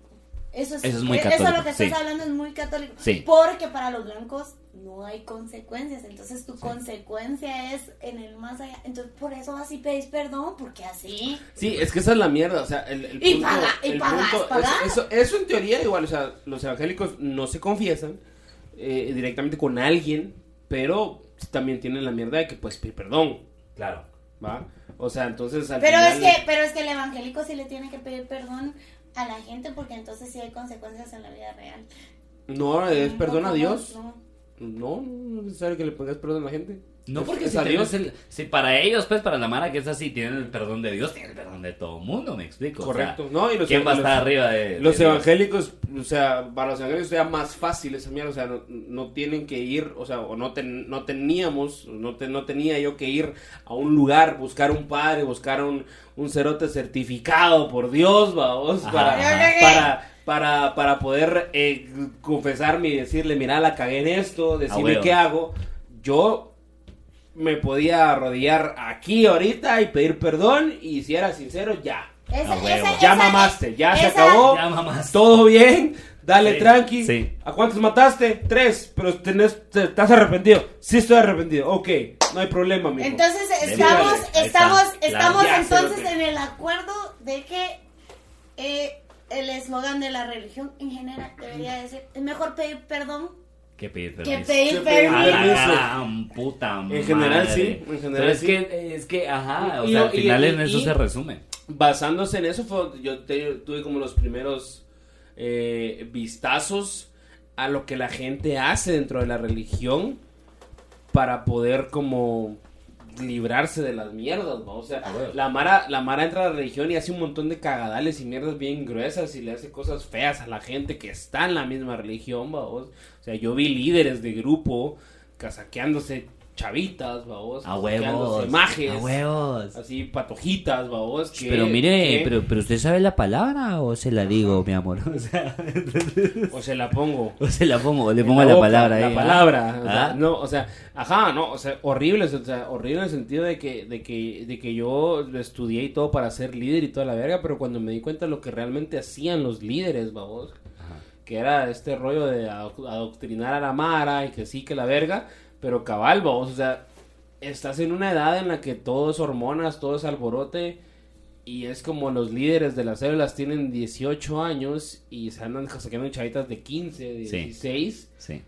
S3: Eso es, eh,
S1: Eso es muy
S3: Eso
S1: católico,
S3: lo que estás
S1: sí.
S3: hablando es muy católico.
S1: Sí.
S3: Porque para los blancos no hay consecuencias. Entonces tu consecuencia es en el más allá. Entonces por eso así pedís perdón, porque así.
S2: Sí, es que esa es la mierda, o sea, el, el
S3: Y paga- y pagas,
S2: punto es-
S3: pagas.
S2: eso, eso en teoría igual, o sea, los evangélicos no se confiesan eh, directamente con alguien, pero también tienen la mierda de que pues pedir perdón,
S1: Claro.
S2: ¿va? O sea, entonces al
S3: Pero es
S2: final-
S3: que, pero es que el evangélico sí le tiene que pedir perdón a la gente porque entonces sí hay consecuencias en la vida real.
S2: No, es perdón a
S3: No,
S2: Dios.
S3: no.
S2: No, no es necesario que le pongas perdón a la gente.
S1: No
S2: Es-
S1: porque
S2: es
S1: si,
S2: a
S1: tenés el- si para ellos, pues para la Mara que es así, tienen el perdón de Dios, tienen el perdón de todo mundo, me explico. o sea,
S2: Correcto. no, y los,
S1: ¿Quién va a
S2: los-
S1: estar arriba de...
S2: Los
S1: de Dios?
S2: evangélicos, o sea, para los evangélicos era más fácil esa mierda, o sea, no, no tienen que ir, o sea, o no, ten- no teníamos, no, te- no tenía yo que ir a un lugar, buscar un padre, buscar un, un cerote certificado por Dios, vamos,
S1: Ajá.
S2: para,
S3: Ajá.
S2: para, para, para poder eh, confesarme y decirle, mira, la cagué en esto, decirme
S1: huevo.
S2: qué hago. Yo me podía arrodillar aquí ahorita y pedir perdón y si era sincero, ya.
S3: Esa-
S1: A Ah, huevo.
S3: esa-
S2: Ya
S3: esa-
S2: mamaste, ya se
S3: esa-
S2: acabó.
S1: Ya mamás.
S2: Todo bien, dale
S1: Sí,
S2: tranqui.
S1: sí.
S2: ¿A cuántos mataste? Tres, pero tenés, te- estás arrepentido. Sí, estoy arrepentido. Ok, no hay problema, mijo.
S3: Entonces
S1: Dele,
S3: estamos,
S1: dale. Ahí
S3: estamos,
S1: está.
S3: estamos
S2: Claro, ya,
S3: entonces
S2: cerote.
S3: en el acuerdo de que eh, el eslogan de la religión en general debería decir es mejor pedir perdón
S1: ¿Qué pedir
S3: que
S1: permiso?
S2: Que
S3: pedir
S2: pedir
S1: A
S3: perdón.
S1: la
S2: permiso.
S1: gran puta madre.
S2: En general, sí, en general,
S1: Pero es
S2: sí.
S1: que, es que, ajá, o
S2: Y-
S1: sea, al
S2: y-
S1: final
S2: y-
S1: en eso
S2: y-
S1: se resume.
S2: Basándose en eso, fue- yo te- tuve como los primeros eh, vistazos a lo que la gente hace dentro de la religión para poder como librarse de las mierdas, ¿no? O sea,
S1: Ah, bueno.
S2: la Mara, la Mara entra a la religión y hace un montón de cagadales y mierdas bien gruesas y le hace cosas feas a la gente que está en la misma religión, vamos. O sea, yo vi líderes de grupo casaqueándose chavitas, babos.
S1: A
S2: saqueando
S1: huevos.
S2: Imágenes.
S1: A huevos.
S2: Así, patojitas, babos. que-
S1: Pero mire,
S2: que-
S1: pero, pero usted sabe la palabra o se la digo, mi amor. O sea,
S2: O se la pongo.
S1: o se la pongo, le
S2: en
S1: pongo la,
S2: boca,
S1: palabra.
S2: La
S1: ahí, ¿ah?
S2: palabra. o sea,
S1: ¿Ah?
S2: no, o sea, ajá, no, o sea, horrible, o sea, horrible en el sentido de que, de que, de que yo lo estudié y todo para ser líder y toda la verga, pero cuando me di cuenta de lo que realmente hacían los líderes, babos, que era este rollo de adoc- adoctrinar a la mara y que sí, que la verga, pero cabal, babos, o sea, estás en una edad en la que todo es hormonas, todo es alborote. Y es como los líderes de las células tienen 18 años y se andan sacando chavitas de 15,
S1: Sí.
S2: 16
S1: Sí.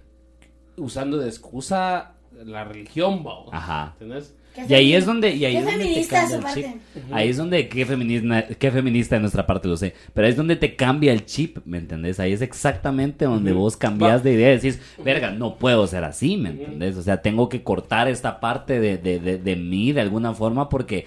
S2: usando de excusa la religión, vamos.
S1: Ajá.
S2: ¿Entendés?
S3: ¿Qué
S1: Y ahí
S3: femi-
S1: es donde. Y ahí
S3: qué
S1: es donde te
S3: feminista de su
S1: cambia el
S3: parte.
S1: chip. Ahí es donde. Qué feminista, qué feminista de nuestra parte, lo sé. Pero ahí es donde te cambia el chip, ¿me entendés? Ahí es exactamente donde
S2: Ujú.
S1: vos
S2: Va.
S1: cambias de idea. y Decís, verga, no puedo ser así, ¿me entendés? O sea, tengo que cortar esta parte de, de, de, de mí de alguna forma porque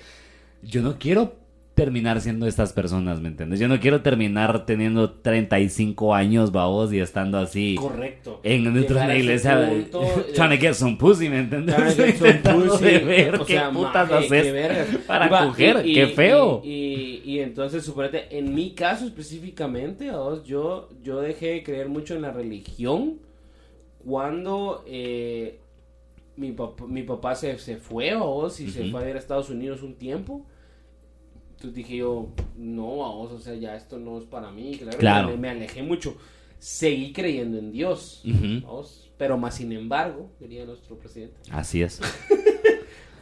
S1: yo no quiero terminar siendo estas personas, ¿me entendés? Yo no quiero terminar teniendo 35 años, babos, y estando así.
S2: Correcto.
S1: En
S2: Llegar a
S1: una
S2: ese
S1: iglesia
S2: punto de-
S1: trying to get some pussy, ¿me entiendes?
S2: Trying to get some
S1: Intentando
S2: pussy.
S1: de ver
S2: O
S1: qué
S2: sea,
S1: putas
S2: maje, qué
S1: haces
S2: vergas.
S1: para
S2: Va,
S1: coger,
S2: y- y-
S1: qué feo.
S2: Y, y- y entonces, suponete, en mi caso específicamente, vos, yo, yo dejé de creer mucho en la religión cuando eh, mi, pap- mi papá se, se fue, vos, y se
S1: Ujú.
S2: fue a ir a Estados Unidos un tiempo. Entonces dije yo, no, vos, o sea, ya esto no es para mí. Claro.
S1: Claro.
S2: Me, me alejé mucho. Seguí creyendo en Dios,
S1: Ujú.
S2: vamos, pero más sin embargo, diría nuestro presidente.
S1: Así es.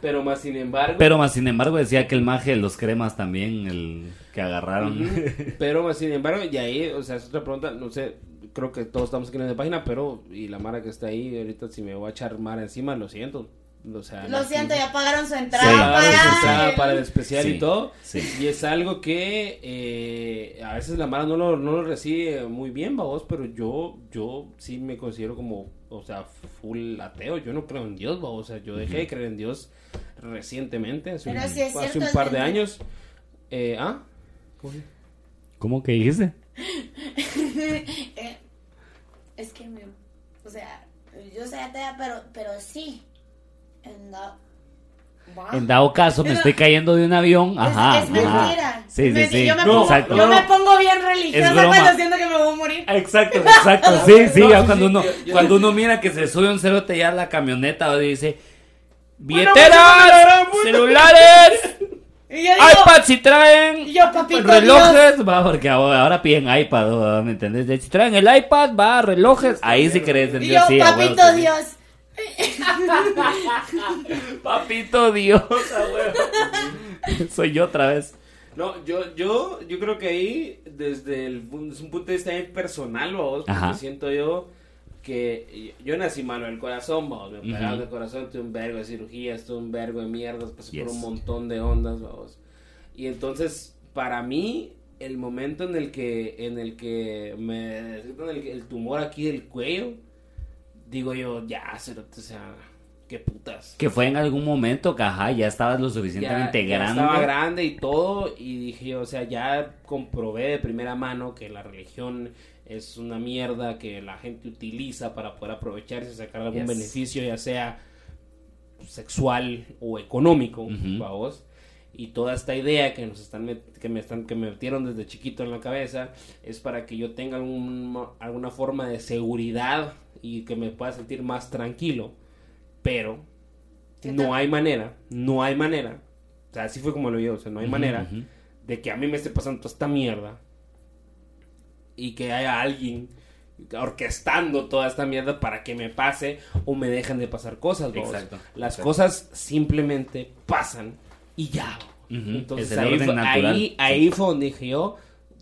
S2: Pero más sin embargo.
S1: Pero más sin embargo decía que el maje de los cremas también, el que agarraron.
S2: Ujú. Pero más sin embargo, y ahí, o sea, es otra pregunta, no sé, creo que todos estamos aquí en la página, pero y la Mara que está ahí, ahorita si me voy a echar Mara encima, lo siento. O sea,
S3: Lo
S2: la-
S3: siento, ya pagaron su entrada
S1: Sí.
S2: Claro,
S3: para,
S2: o sea,
S3: el-
S2: para el especial y
S1: Sí,
S2: todo.
S1: sí.
S2: Y es algo que eh, a veces la Mara no lo, no lo recibe muy bien, babos, pero yo, yo sí me considero como, o sea, full ateo. Yo no creo en Dios, babos. O sea, yo dejé de creer en Dios recientemente, hace,
S3: Pero
S2: un,
S3: sí es
S2: hace
S3: cierto,
S2: un
S3: es
S2: par de
S3: verdad.
S2: años. Eh, ¿Ah? ¿Cómo se-
S1: ¿Cómo que dijiste?
S3: Eh, es que me, o sea, yo soy atea, pero, pero sí. En la- Va.
S2: Ah.
S1: En dado caso, me
S3: Pero-
S1: estoy cayendo de un avión.
S3: Es-
S1: Ajá.
S3: es,
S1: ajá.
S3: mentira.
S1: Sí, sí,
S3: Me-
S1: sí.
S3: Yo me,
S2: No,
S3: pongo,
S1: exacto.
S3: yo me pongo bien religiosa
S1: Es broma.
S3: cuando siento que me voy a morir.
S1: Exacto, exacto. Sí, sí,
S2: No,
S1: ya
S2: sí,
S1: cuando
S2: sí,
S1: uno,
S2: yo- yo-
S1: cuando uno mira que se sube un cerote ya a la camioneta o dice
S3: Bueno,
S1: billeteras,
S3: bueno, bueno,
S1: celulares,
S3: Y yo digo,
S1: iPads si traen,
S3: Y yo, papito
S1: relojes, va porque ahora, ahora piden iPad, va, ¿me entendés? De- Si traen el iPad, va relojes, ahí sí crees en
S3: y
S1: Dios,
S3: yo,
S1: sí, a huevo,
S3: papito
S1: sí.
S3: Dios.
S1: papito Dios, a huevo. soy yo otra vez.
S2: No, yo, yo, yo creo que ahí, desde el, pun- desde un punto de vista bien personal, vos,
S1: Ajá.
S2: siento yo que yo nací malo del corazón, vos, me operaron
S1: Ujú.
S2: del corazón, tuve un vergo de cirugías, tuve un vergo de mierdas, pasé por
S1: Yes.
S2: un montón de ondas, vos. Y entonces, para mí, el momento en el que, en el que me detectan el, el tumor aquí del cuello, digo yo, ya, cerote, o sea, qué putas
S1: Que fue en algún momento que ajá, ya estabas lo suficientemente
S2: ya
S1: grande.
S2: Estaba grande y todo, y dije, o sea, ya comprobé de primera mano que la religión es una mierda que la gente utiliza para poder aprovecharse y sacar algún
S1: Yes.
S2: beneficio, ya sea sexual o económico,
S1: Ujú.
S2: vamos. Y toda esta idea que nos están met- que me están que me metieron desde chiquito en la cabeza es para que yo tenga algún, alguna forma de seguridad y que me pueda sentir más tranquilo. Pero
S3: ¿Qué tal?
S2: no hay manera, no hay manera. O sea, así fue como lo vio, o sea, no hay
S1: Ujú,
S2: manera
S1: ujú.
S2: de que a mí me esté pasando toda esta mierda y que haya alguien orquestando toda esta mierda para que me pase o me dejen de pasar cosas. babos.
S1: Exacto,
S2: Las
S1: exacto.
S2: cosas simplemente pasan y ya.
S1: Ujú,
S2: Entonces
S1: es el
S2: ahí,
S1: orden
S2: fue,
S1: natural.
S2: ahí- ahí fue donde dije yo,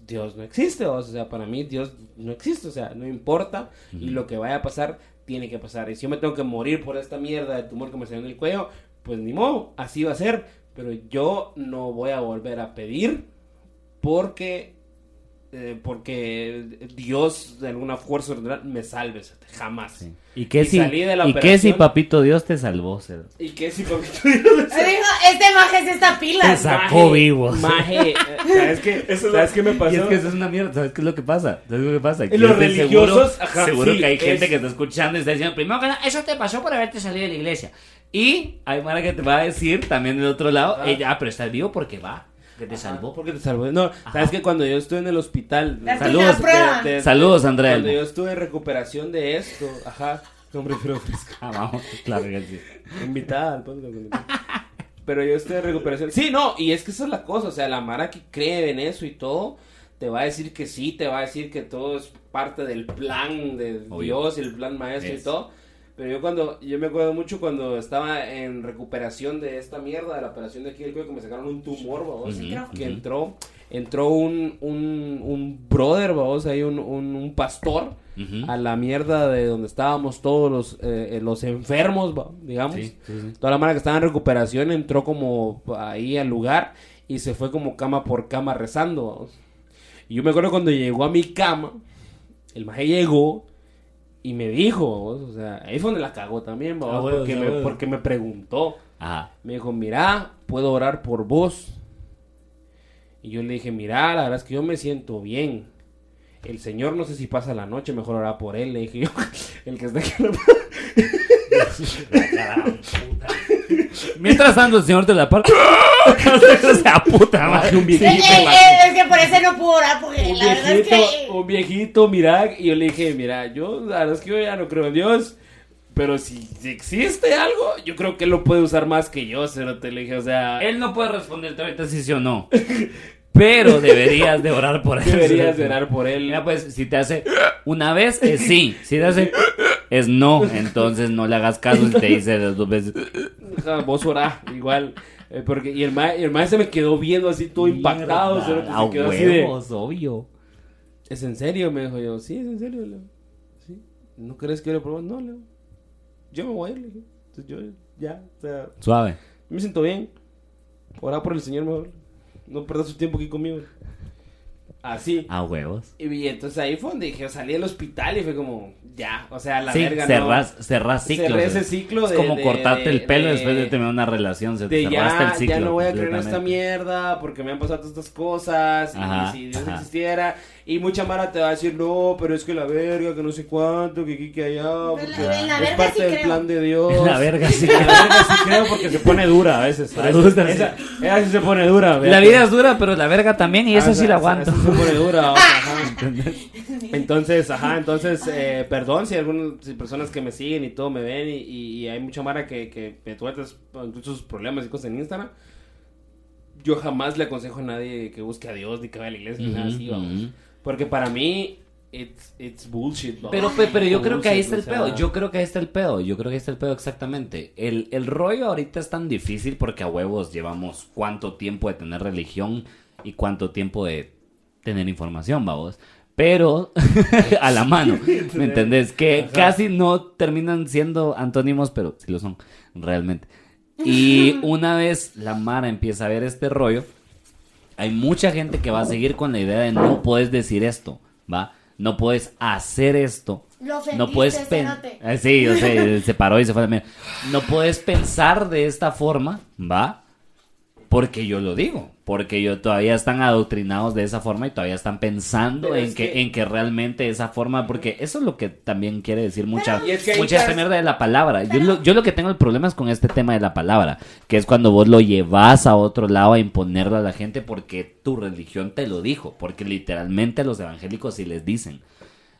S2: Dios no existe, babos. o sea, para mí Dios no existe, o sea, no importa y lo que vaya a pasar tiene que pasar. Y si yo me tengo que morir por esta mierda de tumor que me salió en el cuello, pues ni modo, así va a ser, pero yo no voy a volver a pedir porque eh, porque Dios de alguna fuerza ordenada me salve, Sete, jamás.
S1: Sí. ¿Y qué
S2: Y
S1: si,
S2: salí de la
S1: y qué si
S2: operación-
S1: papito Dios te salvó, cerote?
S2: ¿Y qué si papito?
S3: Se dijo, este maje es esta pila.
S1: Te sacó
S2: Maje,
S1: vivo.
S2: Maje, eh, ¿sabes qué? ¿Sabes qué me pasó?
S1: Y es que eso es una mierda, ¿sabes qué es lo que pasa? ¿Sabes lo que pasa? Que
S2: Los
S1: estoy
S2: religiosos,
S1: seguro,
S2: ajá,
S1: seguro
S2: sí,
S1: que hay
S2: es-
S1: gente que está escuchando y está diciendo, primero que nada, eso te pasó por haberte salido de la iglesia. Y hay Mara que te va a decir también del otro lado,
S2: Ajá.
S1: ella, ah, pero estás vivo porque va, que te
S2: Ajá,
S1: salvó.
S2: Porque te salvó. No, sabes que cuando yo estuve en el hospital.
S3: La
S1: Saludos,
S3: prueba.
S1: Saludos, Andrea.
S2: Cuando yo estuve en recuperación de esto. Ajá. Hombre, pero fresco.
S1: Ah, vamos, claro que sí.
S2: Invitada al podcast. Pero yo estoy de recuperación. Sí, no, y es que esa es la cosa. O sea, la Mara que cree en eso y todo, te va a decir que sí, te va a decir que todo es parte del plan de
S1: Obvio.
S2: Dios y el plan maestro
S1: Es.
S2: y todo. Pero yo cuando, yo me acuerdo mucho cuando estaba en recuperación de esta mierda, de la operación de aquí del cuello, que me sacaron un tumor, babos,
S1: Ujú,
S2: que
S1: ujú.
S2: entró, entró un, un, un brother, babos, ahí un, un, un pastor,
S1: Ujú.
S2: a la mierda de donde estábamos todos los, eh, eh, los enfermos, va, digamos.
S1: Sí, sí, sí.
S2: Toda la mara que estaba en recuperación entró como ahí al lugar y se fue como cama por cama rezando. vamos. Y yo me acuerdo cuando llegó a mi cama, el maje llegó y me dijo, vamos, o sea, ahí fue donde la cagó también, vamos,
S1: Ah, bueno,
S2: porque,
S1: ah,
S2: me,
S1: bueno.
S2: porque me preguntó.
S1: Ajá.
S2: Me dijo, mira, puedo orar por vos. Y yo le dije, mira, la verdad es que yo me siento bien. El Señor no sé si pasa la noche, mejor orar por él. Le dije yo, el que está aquí.
S1: Mientras tanto, el señor te la parte. o sea, puta
S2: Más que
S1: madre.
S2: un
S3: Eh,
S2: viejito.
S3: eh,
S2: más-
S3: eh, es que por eso no puedo orar, porque
S2: un
S3: la verdad es
S2: viejito,
S3: que.
S2: un viejito, mira. Y yo le dije, mira, yo la verdad es que yo ya no creo en Dios. Pero si, si existe algo, yo creo que él lo puede usar más que yo, pero te le dije, o sea,
S1: Él no puede responderte ahorita si sí o no. Pero deberías de orar por él.
S2: deberías de orar por él.
S1: Mira, pues, si te hace una vez, es sí. Si te hace es no. Entonces no le hagas caso si te dice las dos veces.
S2: Ajá, vos orá, igual. Eh, porque, y el maestro se me quedó viendo así todo impactado. solo que
S1: A
S2: se quedó así de,
S1: huevos, obvio.
S2: ¿Es en serio? Me dijo yo. Sí, es en serio, Leo. ¿Sí? ¿No crees que yo lo probé? No, Leo. Yo me voy a ir, le dije. Entonces yo ya, o sea,
S1: Suave.
S2: me siento bien. Orá por el Señor mejor. No perdas su tiempo aquí conmigo. Así.
S1: A huevos.
S2: Y, y entonces ahí fue donde dije, yo salí del hospital y fue como, ya, o sea, la
S1: sí,
S2: verga
S1: cerrás,
S2: no.
S1: cerrás ciclos.
S2: Cerré ese
S1: es-
S2: ciclo
S1: es
S2: de-
S1: como
S2: de-
S1: cortarte el
S2: de-
S1: pelo
S2: de-
S1: después de terminar una relación. Se
S2: de
S1: cerraste
S2: ya,
S1: el ciclo.
S2: ya no voy a creer en esta
S1: completamente.
S2: mierda porque me han pasado todas estas cosas y
S1: Ajá,
S2: si Dios
S1: ajá.
S2: existiera y mucha mara te va a decir no pero es que la verga que no sé cuánto que aquí que allá
S3: Pero la-
S2: porque
S3: en la
S2: es
S3: verga
S2: parte
S3: sí
S2: del
S3: creo.
S2: plan de Dios
S1: La verga, sí.
S2: La verga sí creo porque se pone dura a veces
S1: Me gusta, sí.
S2: esa, esa sí se pone dura
S1: La vida es dura, pero la verga también, y
S2: Ah,
S1: esa sí la aguanto.
S2: se pone dura ajá. Entonces, ajá, entonces, eh, perdón si algunas si personas que me siguen y todo me ven y, y- y hay mucha mara que, que me tuerta incluso sus problemas y cosas en Instagram. Yo jamás le aconsejo a nadie que busque a Dios ni que vaya a la iglesia ni nada
S1: Ujú,
S2: así, vamos.
S1: ujú.
S2: Porque para mí, it's, it's bullshit, vamos.
S1: Pero, pe- pero yo
S2: Bullshit,
S1: creo que ahí está
S2: o
S1: el
S2: sea,
S1: pedo. Yo creo que ahí está el pedo. Yo creo que ahí está el pedo exactamente. El, el rollo ahorita es tan difícil porque a huevos llevamos cuánto tiempo de tener religión y cuánto tiempo de tener información, vamos. Pero a la mano, ¿me entendés? Que casi no terminan siendo antónimos, pero sí lo son, realmente. Y una vez la Mara empieza a ver este rollo, hay mucha gente que va a seguir con la idea de no puedes decir esto, ¿va? No puedes hacer esto.
S3: Lo
S1: No puedes
S3: ofendiste,
S1: pen-
S3: cerote.
S1: Eh, Sí, yo sé, se paró y se fue a la mierda. No puedes pensar de esta forma, ¿va? Porque yo lo digo, porque yo todavía están adoctrinados de esa forma y todavía están pensando
S2: Pero
S1: en
S2: es
S1: que,
S2: que-
S1: en que realmente esa forma, porque eso es lo que también quiere decir mucha,
S2: Y es que ahí
S1: mucha esta
S2: estás-
S1: mierda de la palabra. Yo lo, yo lo que tengo el problema es con este tema de la palabra, que es cuando vos lo llevas a otro lado a imponerlo a la gente porque tu religión te lo dijo, porque literalmente a los evangélicos sí les dicen.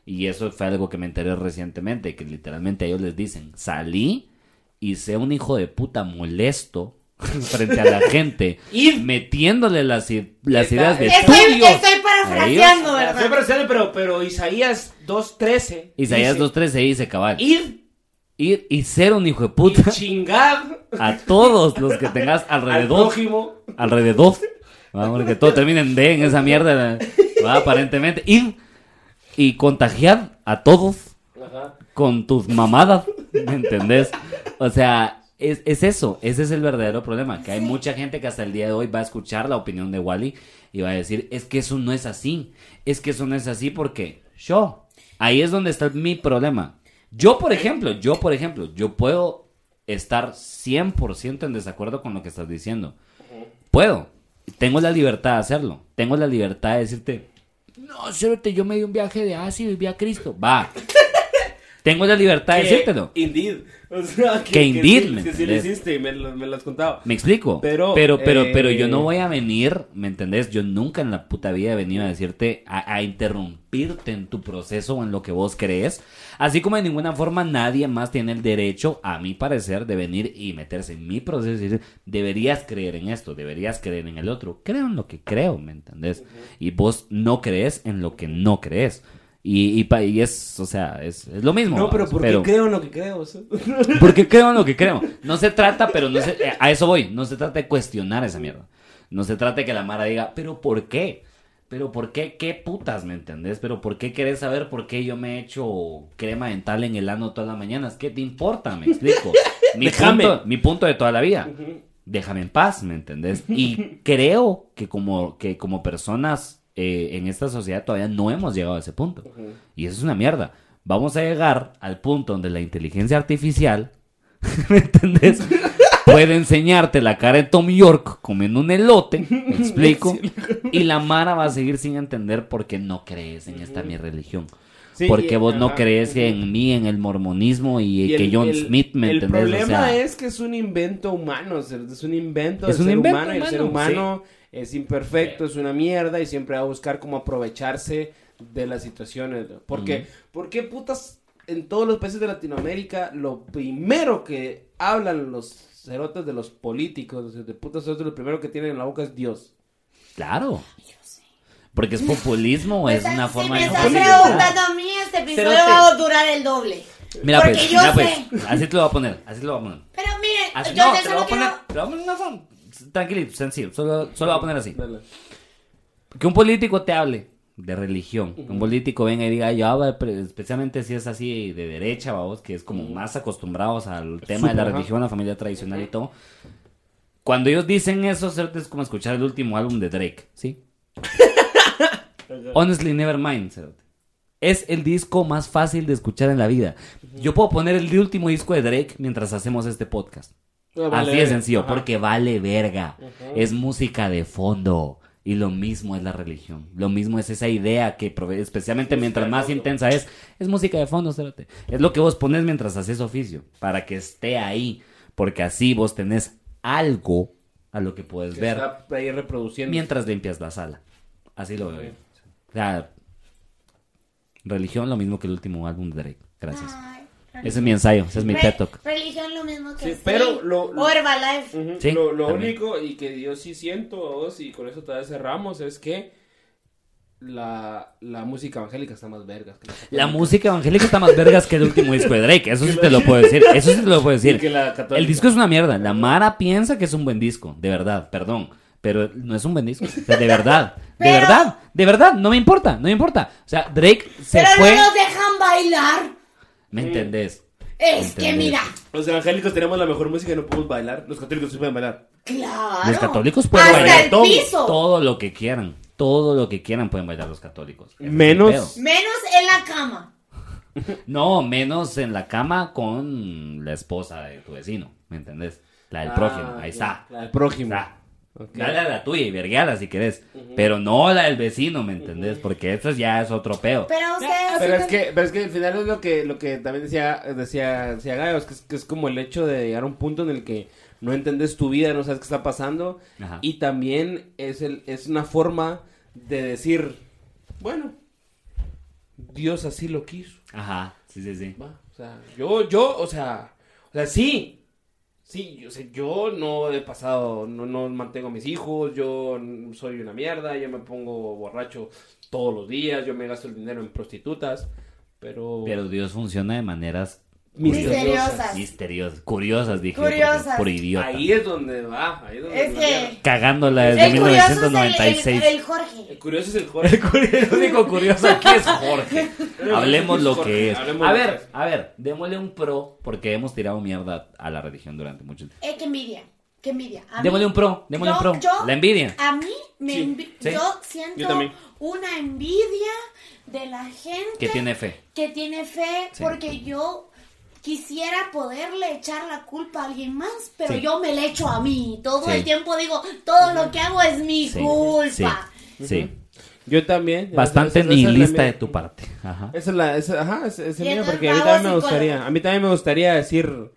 S1: Y eso fue algo que me enteré recientemente, que literalmente a ellos les dicen, salí y sé un hijo de puta molesto frente a la gente,
S2: Id.
S1: metiéndole las, i- las
S2: Está-
S1: ideas de
S2: está-
S1: tuyo.
S3: Estoy, estoy parafraseando,
S2: o sea, estoy
S3: ¿verdad?
S2: pensando, pero, pero Isaías 2.13.
S1: Isaías
S2: dice,
S1: 2.13 dice, cabal,
S2: Id
S1: ir y ser un hijo de
S2: y
S1: puta
S2: chingad
S1: a todos los que tengas
S2: al
S1: alrededor,
S2: prójimo.
S1: alrededor, ¿va? porque todo termina en D en esa mierda, ¿va? aparentemente, ir y contagiar a todos
S2: Ajá.
S1: con tus mamadas, ¿me entendés? O sea, es, es eso, ese es el verdadero problema, que hay mucha gente que hasta el día de hoy va a escuchar la opinión de Wally y va a decir, es que eso no es así, es que eso no es así porque yo, ahí es donde está mi problema. Yo, por ejemplo, yo, por ejemplo, yo puedo estar 100% en desacuerdo con lo que estás diciendo. Puedo. Tengo la libertad de hacerlo. Tengo la libertad de decirte, no, cérate, yo me di un viaje de ácido y vi a Cristo. Va. Tengo la libertad de decírtelo.
S2: Indeed. O sea,
S1: Que indeed,
S2: sí-
S1: ¿me
S2: Que sí lo
S1: entendés?
S2: hiciste y me lo, me lo has contado.
S1: Me explico.
S2: Pero,
S1: Pero, pero, pero,
S2: eh,
S1: yo no voy a venir, ¿me entendés? Yo nunca en la puta vida he venido a decirte, a, a interrumpirte en tu proceso o en lo que vos crees. Así como de ninguna forma nadie más tiene el derecho, a mi parecer, de venir y meterse en mi proceso y decir, deberías creer en esto, deberías creer en el otro. Creo en lo que creo, ¿me entendés? Y vos no crees en lo que no crees. Y, y, pa- y es, o sea, es, es lo mismo.
S2: No, pero
S1: vamos,
S2: ¿por qué creo en lo que creo? O sea,
S1: porque creo en lo que creo. No se trata, pero no se, eh, a eso voy. No se trata de cuestionar esa mierda. No se trata de que la Mara diga, pero ¿por qué? Pero ¿por qué? ¿Qué putas, me entendés? Pero ¿por qué querés saber por qué yo me he hecho crema dental en el ano todas las mañanas? ¿Qué te importa? Me explico. Mi,
S2: Déjame.
S1: punto, mi punto de toda la vida. Déjame en paz, ¿me entendés? Y creo que como, que como personas eh, en esta sociedad todavía no hemos llegado a ese punto. Y eso es una mierda. Vamos a llegar al punto donde la inteligencia artificial, ¿me entendés? Puede enseñarte la cara de Tom York comiendo un elote, ¿me explico? Y la Mara va a seguir sin entender por qué no crees en esta mi religión.
S2: Sí,
S1: porque
S2: y-
S1: vos no
S2: ajá.
S1: crees en mí, en el mormonismo y,
S2: Y
S1: que
S2: el-
S1: John
S2: el-
S1: Smith, ¿me
S2: El
S1: entendés? O
S2: problema
S1: sea,
S2: es que es un invento humano, o sea, es un invento del
S1: Es un
S2: ser
S1: invento
S2: humano, y el ser
S1: humano,
S2: humano es imperfecto, es una mierda y siempre va a buscar cómo aprovecharse de las situaciones. ¿no? Porque, ¿por qué putas en todos los países de Latinoamérica lo primero que hablan los cerotes de los políticos, los de putas cerotes, lo primero que tienen en la boca es Dios?
S1: Claro. Porque es populismo o es
S3: Estás-
S1: una forma
S3: si
S1: de...
S3: Pues me estás
S1: comunicar.
S3: preguntando a mí, este episodio
S2: Cerote.
S3: va a durar el doble.
S1: Mira
S3: Porque
S1: pues,
S3: yo
S1: mira
S3: sé.
S1: pues, así te lo voy a poner, así te lo voy a poner.
S3: Pero miren,
S1: Así-
S3: yo
S1: no,
S3: de
S1: te lo voy
S3: solo
S1: a poner,
S3: quiero...
S1: te lo voy a poner de una forma tranquilito, sencillo, solo, solo lo voy a poner así.
S2: Dale.
S1: Que un político te hable de religión, que un político venga y diga, yo hablo, pre- especialmente si es así de derecha, vos que es como más acostumbrados al tema de la
S2: Súper, ajá.
S1: religión, la familia tradicional y todo. Cuando ellos dicen eso, cerote, es como escuchar el último álbum de Drake, ¿sí? Honestly, Nevermind, cerote. Es el disco más fácil de escuchar en la vida. Yo puedo poner el último disco de Drake mientras hacemos este podcast.
S2: Ah, vale,
S1: Así de
S2: vale.
S1: sencillo,
S2: Ajá.
S1: porque vale verga. Es música de fondo. Y lo mismo es la religión. Lo mismo es esa idea que, prove- especialmente mientras
S2: de
S1: más
S2: fondo.
S1: intensa es, es música de fondo, cerote. Es lo que vos pones mientras haces oficio, para que esté ahí. Porque así vos tenés algo a lo que puedes
S2: Que
S1: pues, ver
S2: está ahí reproduciendo.
S1: mientras limpias la sala. Así lo veo. yo. O sea, religión, lo mismo que el último álbum de Drake. Gracias.
S3: Ay,
S1: Ese es mi ensayo, ese es mi
S3: re-
S1: TED Talk.
S3: Religión lo mismo que
S2: Sí,
S3: sí,
S2: pero lo- lo-
S3: O Herbalife.
S2: Ujú.
S1: Sí,
S2: lo lo
S1: también.
S2: único y que yo sí siento, vos, y con eso todavía cerramos, es que la, la música evangélica está más vergas. que
S1: La música evangélica está más vergas que el último disco de Drake. Eso sí te lo puedo decir. Eso sí te lo puedo
S2: Y que
S1: decir.
S2: la católica.
S1: El disco es una mierda. La Mara piensa que es un buen disco. De verdad, perdón. Pero no es un buen disco. O sea, de verdad. De
S3: Pero-
S1: verdad. De verdad. No me importa. No me importa. O sea, Drake se
S3: Pero
S1: fue.
S3: no nos dejan bailar.
S1: ¿Me entendés?
S3: Es que
S1: Entendés.
S3: mira,
S2: Los evangélicos tenemos la mejor música y no podemos bailar. Los católicos sí pueden bailar.
S3: claro.
S1: Los católicos pueden
S3: Hasta
S1: bailar
S3: el
S1: todo,
S3: piso.
S1: todo lo que quieran. Todo lo que quieran pueden bailar los católicos. Ese es el
S2: Menos-
S1: pedo.
S3: Menos en la cama.
S1: No, menos en la cama con la esposa de tu vecino. ¿Me entendés? La
S2: Ah,
S1: del prójimo. Ahí está.
S2: La del prójimo.
S1: Está.
S2: Ok.
S1: Dale a la tuya y vergueala si querés. Pero no la del vecino, ¿me entendés? Porque eso ya es otro peo.
S3: Pero ustedes.
S2: Pero es que, pero es que al final es lo que, lo que también decía, decía, decía Gallo, es que, es que es como el hecho de llegar a un punto en el que no entendés tu vida, no sabes qué está pasando,
S1: Ajá.
S2: y también es el, es una forma de decir, bueno, Dios así lo quiso.
S1: Ajá, sí, sí, sí.
S2: Va, O sea, yo, yo, o sea, o sea, sí. Sí, yo, o sea, yo no he pasado, no, no mantengo a mis hijos, yo n- soy una mierda, yo me pongo borracho todos los días, yo me gasto el dinero en prostitutas, pero...
S1: Pero Dios funciona de maneras
S3: Misteriosas.
S1: misteriosas, curiosas, dije. yo,
S3: Curiosas.
S1: porque- Por idiota.
S2: Ahí es donde va, ahí es donde
S3: Es
S2: va
S3: que-
S2: la mierda.
S1: Cagándola
S3: el
S1: desde
S3: curioso es el-
S1: 1996.
S3: El, el Jorge.
S2: El curioso es el Jorge.
S1: El único curioso aquí es Jorge. Hablemos lo
S2: Jorge,
S1: que es.
S2: hablemos
S1: A
S2: lo que
S1: ver,
S2: es.
S1: a ver, démosle un pro porque hemos tirado mierda a la religión durante mucho tiempo.
S3: Eh, qué envidia. Qué envidia. A mí-
S1: Démosle un pro, démosle
S3: yo-
S1: un pro.
S3: yo-
S1: La envidia.
S3: A mí me
S2: Sí,
S3: envi-
S1: sí.
S3: yo siento
S2: Yo también.
S3: una envidia de la gente
S1: Que tiene fe.
S3: que tiene fe
S1: Sí.
S3: porque yo quisiera poderle echar la culpa a alguien más, pero
S1: Sí.
S3: yo me la echo a mí. Todo
S1: Sí.
S3: el tiempo digo, todo lo que hago es mi
S1: Sí,
S3: culpa.
S1: Sí. sí.
S2: Yo también. Esa-
S1: Bastante
S2: esa- esa es la
S1: nihilista
S2: mía.
S1: de tu parte. Ajá.
S2: Esa es la, esa- ajá, esa- esa es
S3: Y
S2: la mía,
S3: entonces
S2: porque a mí
S3: pago
S2: también
S3: psicólogo.
S2: me gustaría, a mí también me gustaría decir,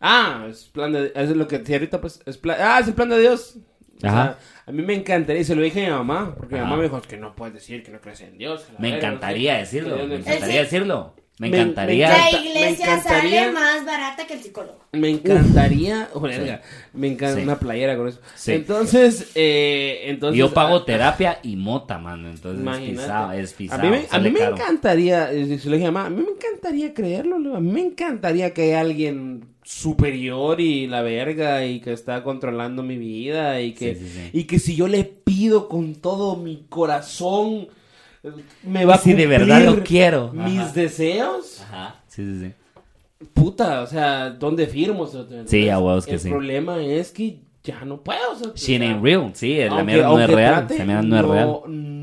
S2: ah, es plan de, eso es lo que decía ahorita, pues, es plan, ah, es el plan de Dios. O
S1: Ajá.
S2: sea, a mí me encantaría, y se lo dije a mi mamá, porque mi
S1: Ajá.
S2: mamá me dijo, es que no puedes decir que no crees en Dios. que la
S1: Me
S2: verga, no sé
S1: encantaría
S2: qué".
S1: decirlo.
S2: Yo no-
S1: Me
S3: encanta-
S1: encantaría decirlo.
S2: Me-
S1: Me
S2: me
S1: encantaría.
S2: encanta.
S3: La
S2: encanta- me
S3: iglesia
S2: encantaría-
S3: sale más barata que el psicólogo.
S2: Me encantaría, joder, me encanta
S1: Sí.
S2: una playera con eso.
S1: Sí.
S2: Entonces, eh, entonces...
S1: Yo pago
S2: ah,
S1: terapia y mota, mano. Entonces es pisado. Es pisado.
S2: A mí me, a
S1: sale
S2: mí me
S1: caro.
S2: encantaría, eh, se lo dije a mamá, a mí me encantaría creerlo, Leo, a mí me encantaría que hay alguien superior y la verga y que está controlando mi vida y que,
S1: Sí, sí, sí.
S2: y que si yo le pido con todo mi corazón eh, me va
S1: Y
S2: a
S1: si de
S2: cumplir
S1: verdad lo quiero.
S2: mis
S1: Ajá.
S2: deseos
S1: Ajá. Sí, sí, sí.
S2: puta o sea dónde firmo O sea,
S1: Sí, a huevos que
S2: el
S1: sí.
S2: problema es que ya no puedo o sea,
S1: Shit
S2: o sea,
S1: ain't real. Sí, la
S2: aunque-
S1: mierda no es
S2: aunque
S1: real.
S2: trate,
S1: La mierda no es real.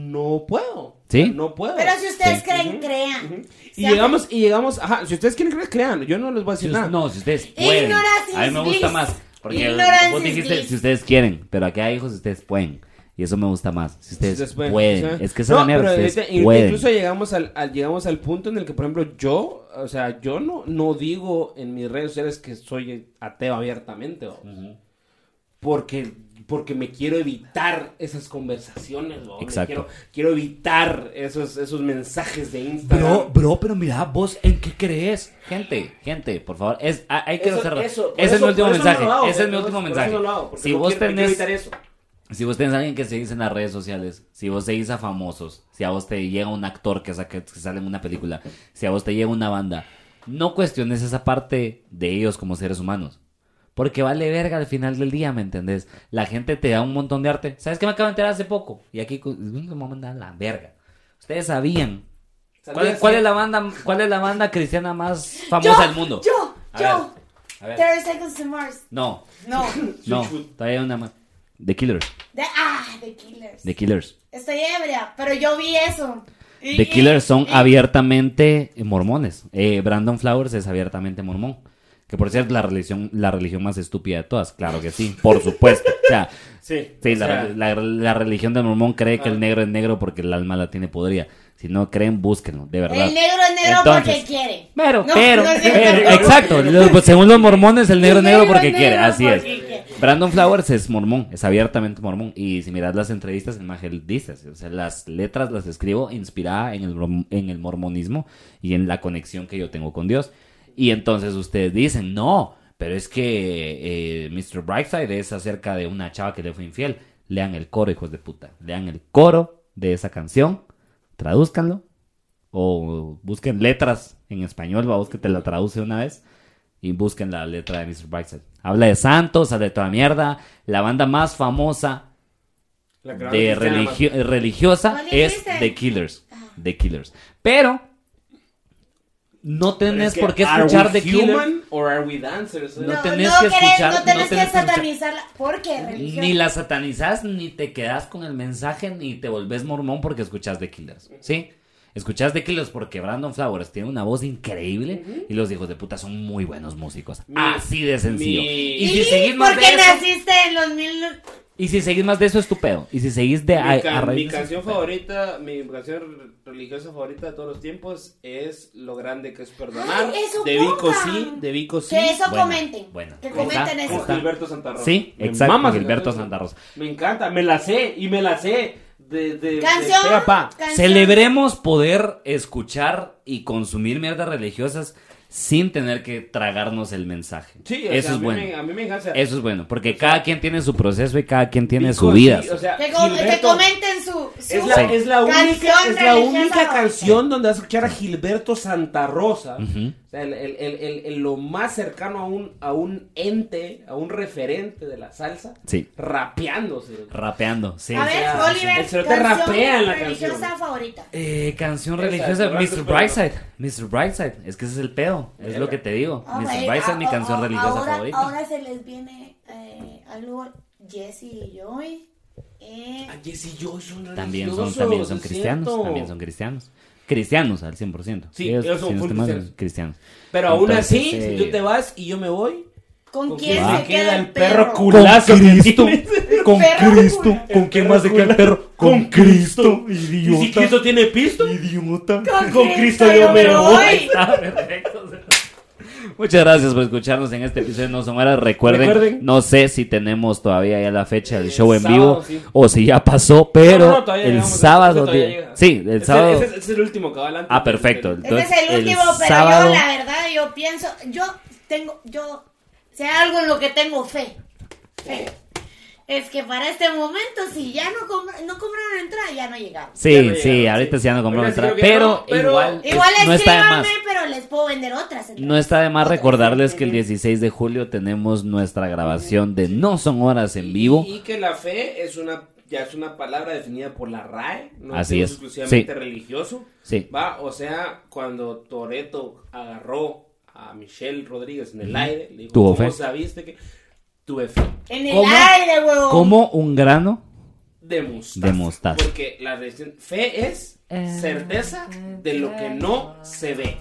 S2: no puedo
S1: ¿Sí?
S2: no puedo
S3: Pero si ustedes
S1: Sí.
S3: creen, crean.
S2: Y
S3: Sean
S2: llegamos, y llegamos, ajá, si ustedes quieren creer, crean, yo no les voy a
S1: Si
S2: decir
S1: us-
S2: nada.
S1: no, si ustedes pueden.
S3: Ignorancia
S1: A mí me
S3: es
S1: gusta
S3: bliss.
S1: más. Porque
S3: Ignorancia
S1: vos
S3: es
S1: dijiste
S3: bliss.
S1: si ustedes quieren. Pero aquí hay hijos si ustedes pueden. Y eso me gusta más. Si ustedes,
S2: Después,
S1: pueden.
S2: o sea,
S1: Es que esa
S2: no,
S1: manera
S2: pero
S1: ustedes
S2: ahorita-
S1: pueden.
S2: Incluso llegamos al, al- llegamos al punto en el que, por ejemplo, yo, o sea, yo no, no digo en mis redes sociales que soy ateo abiertamente, ¿o? porque, porque me quiero evitar esas conversaciones, ¿o? Me
S1: Exacto.
S2: Quiero, quiero evitar esos, esos mensajes de Instagram.
S1: Bro, bro, pero mira, vos en qué crees. Gente, gente, por favor, es, a- hay que
S2: Eso-
S1: cerrar.
S2: eso- por
S1: Ese es
S2: eso-
S1: mi último
S2: por eso no
S1: mensaje.
S2: lo hago,
S1: Ese es mi
S2: por
S1: último
S2: eso- por
S1: mensaje.
S2: eso no lo hago, porque
S1: Si
S2: no
S1: vos
S2: quiero- quiero
S1: tenés
S2: evitar eso.
S1: Si vos tenés a alguien que seguís en las redes sociales, si vos seguís a famosos, si a vos te llega un actor que, sa- que sale en una película, si a vos te llega una banda, no cuestiones esa parte de ellos como seres humanos. Porque vale verga al final del día, ¿me entendés? La gente te da un montón de arte. ¿Sabes qué me acabo de enterar hace poco? Y aquí cu- me voy a mandar a la verga. Ustedes sabían. ¿Cuál,
S2: ¿Sabías
S1: cuál
S2: que-
S1: es la banda, ¿Cuál es la banda cristiana más famosa del mundo?
S3: Yo,
S1: A
S3: yo.
S1: A ver.
S3: 30 Seconds to Mars.
S1: No,
S3: No.
S1: no, todavía hay una más. The Killers.
S3: De, ah, The Killers.
S1: The Killers.
S3: Estoy ebria, pero yo vi eso. Y-
S1: The
S3: y-
S1: Killers son
S3: y-
S1: abiertamente mormones. Eh, Brandon Flowers es abiertamente mormón. Que por cierto, la religión, la religión más estúpida de todas. Claro que sí, por supuesto. O sea,
S2: Sí,
S1: sí,
S2: o
S1: la,
S2: sea,
S1: la- la religión del mormón cree que
S2: Ah.
S1: el negro es negro porque el alma la tiene podrida. Si no creen, búsquenlo, de verdad.
S3: El negro es negro porque
S1: Entonces,
S3: quiere.
S1: Pero,
S3: No,
S1: pero,
S3: no es
S1: pero,
S3: cierto.
S1: exacto. los- pues, según los mormones, el negro
S3: El
S1: es negro
S3: negro
S1: porque
S3: es
S1: quiere,
S3: negro
S1: así es.
S3: porque quiere.
S1: Brandon Flowers es mormón, es abiertamente mormón. Y si miras las entrevistas, el Magel dice, o sea, las letras las escribo inspirada en el, rom- en el mormonismo y en la conexión que yo tengo con Dios. Y entonces ustedes dicen, no, pero es que eh, Mr. Brightside es acerca de una chava que le fue infiel. Lean el coro, hijos de puta. Lean el coro de esa canción, tradúzcanlo o busquen letras en español, vamos que te la traduce una vez y busquen la letra de Mr. Brightside. Habla de santos, habla de toda mierda. La banda más famosa
S2: la que-
S1: de religio- eh, religiosa
S3: ¿Cuál
S1: es
S3: dijiste?
S1: The Killers. The Killers. Pero no
S2: Pero
S1: tenés
S2: es que,
S1: por qué
S2: ¿are
S1: escuchar
S2: we
S1: The Killers.
S2: human or are we dancers?
S1: No
S3: No,
S1: tenés
S3: no
S1: que
S3: querés-
S1: escuchar-
S3: no tenés
S1: no tenés
S3: que
S1: que escuchar.
S3: satanizarla. ¿Por qué? Religión.
S1: Ni la satanizás, ni te quedás con el mensaje, ni te volvés mormón porque escuchás The Killers. ¿Sí? Escuchás The Killers porque Brandon Flowers tiene una voz increíble y los hijos de puta son muy buenos músicos.
S2: Mi-
S1: Así de sencillo.
S2: mi-
S1: Y
S3: Y
S1: si seguís más de
S3: porque
S1: eso,
S3: naciste en los mil...
S1: y si seguís más de eso, estupendo. Y si seguís
S2: mi,
S1: de a-
S2: ca-
S1: a raíz
S2: mi
S1: de eso,
S2: canción
S1: estupendo.
S2: favorita, mi canción religiosa favorita de todos los tiempos es Lo grande que es perdonar
S3: Ay, eso
S2: de Vico
S3: pongan.
S2: Sí, de Vico Sí.
S3: Que eso
S1: buena,
S3: comenten.
S1: buena.
S3: Que
S1: Ahí
S3: comenten
S1: está,
S2: Con
S1: ahí
S3: eso.
S1: está.
S2: Gilberto Santa Rosa.
S1: Sí,
S2: Me
S1: exacto,
S2: mama esa
S1: Gilberto
S2: canción.
S1: Santa Rosa.
S2: Me encanta, me la sé y me la sé de de de
S3: Canción.
S2: pe a pa.
S3: canción.
S1: Celebremos poder escuchar y consumir mierdas religiosas sin tener que tragarnos el mensaje.
S2: Sí, o
S1: eso
S2: sea, a
S1: es
S2: mí
S1: bueno.
S2: me- a mí me encanta.
S1: Eso es bueno, porque cada quien tiene su proceso y cada quien tiene
S2: Vico
S1: su
S2: Sí,
S1: vida.
S2: o sea,
S3: Que, com- que
S2: Gilberto-
S3: comenten su... su
S2: Es la, es la
S3: canción
S2: única, es la
S3: religiosa
S2: única
S3: favorita.
S2: canción donde vas a escuchar a Gilberto Santa Rosa.
S1: Ujú.
S2: O sea, el, el- el- el- el- lo más cercano a un, a un ente, a un referente de la salsa,
S1: Sí.
S2: rapeándose.
S1: Rapeando, sí.
S3: A ver,
S2: sea,
S3: Oliver,
S2: el cerote
S3: canción
S2: rapea en la
S3: religiosa
S2: canción.
S3: favorita.
S1: Eh, canción
S2: Esa,
S1: religiosa,
S2: Durante
S1: Mr.
S2: el
S1: Brightside. Mr. Brightside, es que ese es el pedo, es
S2: Verga.
S1: lo que te digo.
S3: Ah,
S1: Mr.
S3: güey,
S1: Brightside,
S3: ah,
S1: mi
S3: ah,
S1: canción
S3: ah,
S1: religiosa
S3: ahora,
S1: favorita.
S3: Ahora se les viene eh, algo Jesse y Joy. Eh,
S2: Ah, Jesse Joy son
S1: también son,
S2: religiosos,
S1: también son
S2: es
S1: cristianos,
S2: cierto.
S1: también son cristianos. Cristianos al 100%.
S2: Sí, ellos son
S1: si no
S2: full
S1: estoy mal,
S2: cristianos.
S1: este cristianos.
S2: Pero aún
S1: Entonces,
S2: así,
S1: eh,
S2: si tú te vas y yo me voy,
S3: ¿Con,
S2: ¿con
S3: quién
S1: quién
S3: se queda el perro?
S2: culazo que tienes?
S3: Con Cristo, ¿con
S1: quién
S2: más se queda el
S1: perro?
S4: Con Cristo, idiota.
S2: ¿Y si Cristo tiene pisto?
S4: Idiota.
S2: Con Cristo yo me voy.
S1: Ah, perfecto. Muchas gracias por escucharnos en este episodio de No Son Horas. Recuerden,
S2: Recuerden.
S1: no sé si tenemos todavía ya la fecha del
S2: El
S1: show en
S2: sábado,
S1: vivo
S2: sí.
S1: o si ya pasó, pero
S2: No, no, todavía
S1: el
S2: llegamos, este
S1: sábado.
S2: todavía
S1: di-
S2: llega.
S1: Sí, el
S2: Ese-
S1: sábado.
S2: Ese, ese es el último que va adelante.
S1: Ah, perfecto.
S3: Ese
S1: Entonces,
S3: Este es el último, pero
S1: sábado-
S3: yo la verdad, yo pienso, yo tengo, yo, si hay algo en lo que tengo fe, fe, es que para este momento, si ya no, compra- no compraron entrada, ya no llegamos.
S1: Sí,
S2: Ya no
S1: sí,
S2: llegaron,
S1: ahorita
S2: sí.
S1: sí ya no compramos
S2: Ahorita sí
S1: entrada,
S2: creo que
S1: pero,
S2: no, pero-
S1: igual, es-
S3: Igual
S1: no está de más.
S3: escríbanme, pero les puedo vender otras entradas.
S1: No está de más
S3: Otras.
S1: recordarles que el 16 de julio tenemos nuestra grabación de No Son Horas en vivo.
S2: Y que la fe es una ya es una palabra definida por la RAE, no
S1: Así
S2: es
S1: es.
S2: exclusivamente
S1: Sí.
S2: religioso.
S1: Sí.
S2: Va, o sea, cuando Toreto agarró a Michelle Rodríguez en el aire, le dijo,
S1: Tuvo
S2: ¿cómo
S1: fe.
S2: sabiste que tuve fe?
S3: En el
S1: ¿Cómo?
S3: aire, huevón.
S1: Como un grano.
S2: De mostaza.
S1: De mostaza.
S2: Porque la decisión- fe es certeza de lo que no se ve.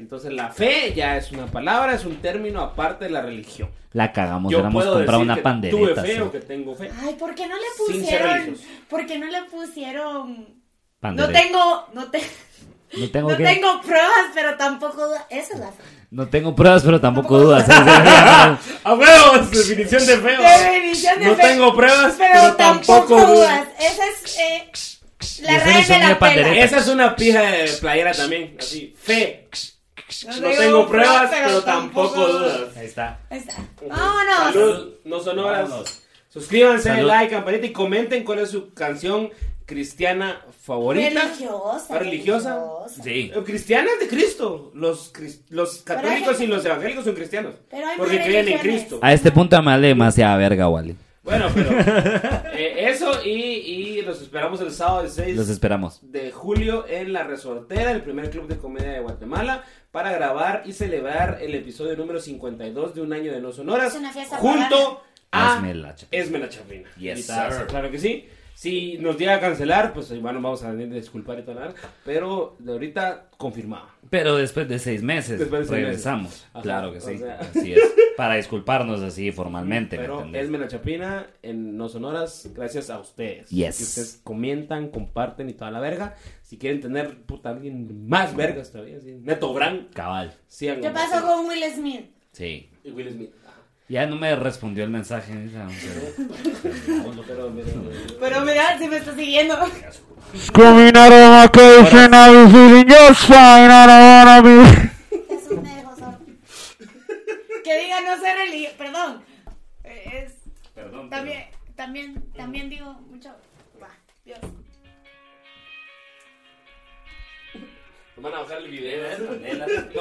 S2: Entonces la fe ya es una palabra, es un término aparte de la religión.
S1: La cagamos,
S2: Yo
S1: hubiéramos
S2: puedo decir
S1: comprado una
S2: que tuve
S1: pandereta.
S2: fe
S1: sí.
S2: o que tengo fe.
S3: Ay, ¿por qué no le
S2: Sin ser
S3: pusieron?
S2: hijos.
S3: ¿Por qué no le pusieron? No
S1: Pandereta.
S3: tengo, no, te-
S1: No tengo,
S3: no
S1: que-
S3: tengo pruebas, pero tampoco duda. Esa es la fe.
S1: no tengo pruebas, pero tampoco
S3: Tampoco-
S1: dudas. ¿eh? Sí, sí.
S2: ¡A huevos! Definición de feo.
S3: Definición de
S2: No
S3: fe.
S2: tengo pruebas,
S3: Pero, tampoco dudas. Esa es eh, la raíz de
S1: definición de
S3: la
S1: pandereta.
S3: pela.
S2: Esa es una pija de playera también. Así, fe. No tengo pruebas, pero tampoco dudas.
S1: Ahí está.
S3: Ahí está. Vámonos.
S2: Salud, no son horas.
S1: Vámonos.
S2: Suscríbanse,
S1: Salud.
S2: like, campanita y comenten cuál es su canción cristiana favorita.
S3: Religiosa.
S2: Ah, religiosa.
S1: Sí.
S2: Eh, Cristiana es de Cristo. Los, cris- los
S3: Pero
S2: católicos
S3: hay-
S2: y los evangélicos son cristianos.
S3: Pero hay
S2: Porque
S3: más
S2: creen en
S3: religiones.
S2: Cristo.
S1: A este punto me vale demasiada verga, Wally.
S2: Bueno, pero eh, eso y, y los esperamos el sábado de 6
S1: Los esperamos.
S2: de julio en La Resortera, el primer club de comedia de Guatemala, para grabar y celebrar el episodio número 52 de Un Año de No Sonoras,
S3: Es una fiesta
S2: junto a
S1: Hazme la chapina.
S2: Esmela Chapina.
S1: Yes,
S2: Invitadas,
S1: sir.
S2: Claro que sí. Si nos llega a cancelar, pues igual nos vamos a venir a disculpar y todo nada, pero de ahorita confirmado.
S1: Pero después de seis meses
S2: Después de seis
S1: regresamos.
S2: meses. Ajá,
S1: Claro que
S2: o
S1: sí.
S2: sea.
S1: Así es. Para disculparnos así formalmente. ¿me
S2: Pero
S1: entendés?
S2: Esmela Chapina en No Sonoras, gracias a ustedes.
S1: Yes.
S2: Que ustedes comentan, comparten y toda la verga. Si quieren tener puta alguien más vergas todavía, así, Neto Gran,
S1: Cabal.
S2: sigan.
S3: ¿Qué pasó
S2: compartiendo.
S3: con Will Smith?
S1: Sí.
S2: Y Will Smith.
S1: Ya no me respondió el mensaje. esa, pero-
S2: Pero, mira, mira.
S3: Pero mira, si me está siguiendo.
S4: Combinaron a que dicen a mi feeling, yo soy ahora mi.
S3: Es un dejo, sorry. Que diga no ser religioso. Perdón. Eh, Es.
S1: Perdón. pero-
S3: También, también, también digo mucho. Va, Dios.
S2: Nos van a bajar el video. ¿eh?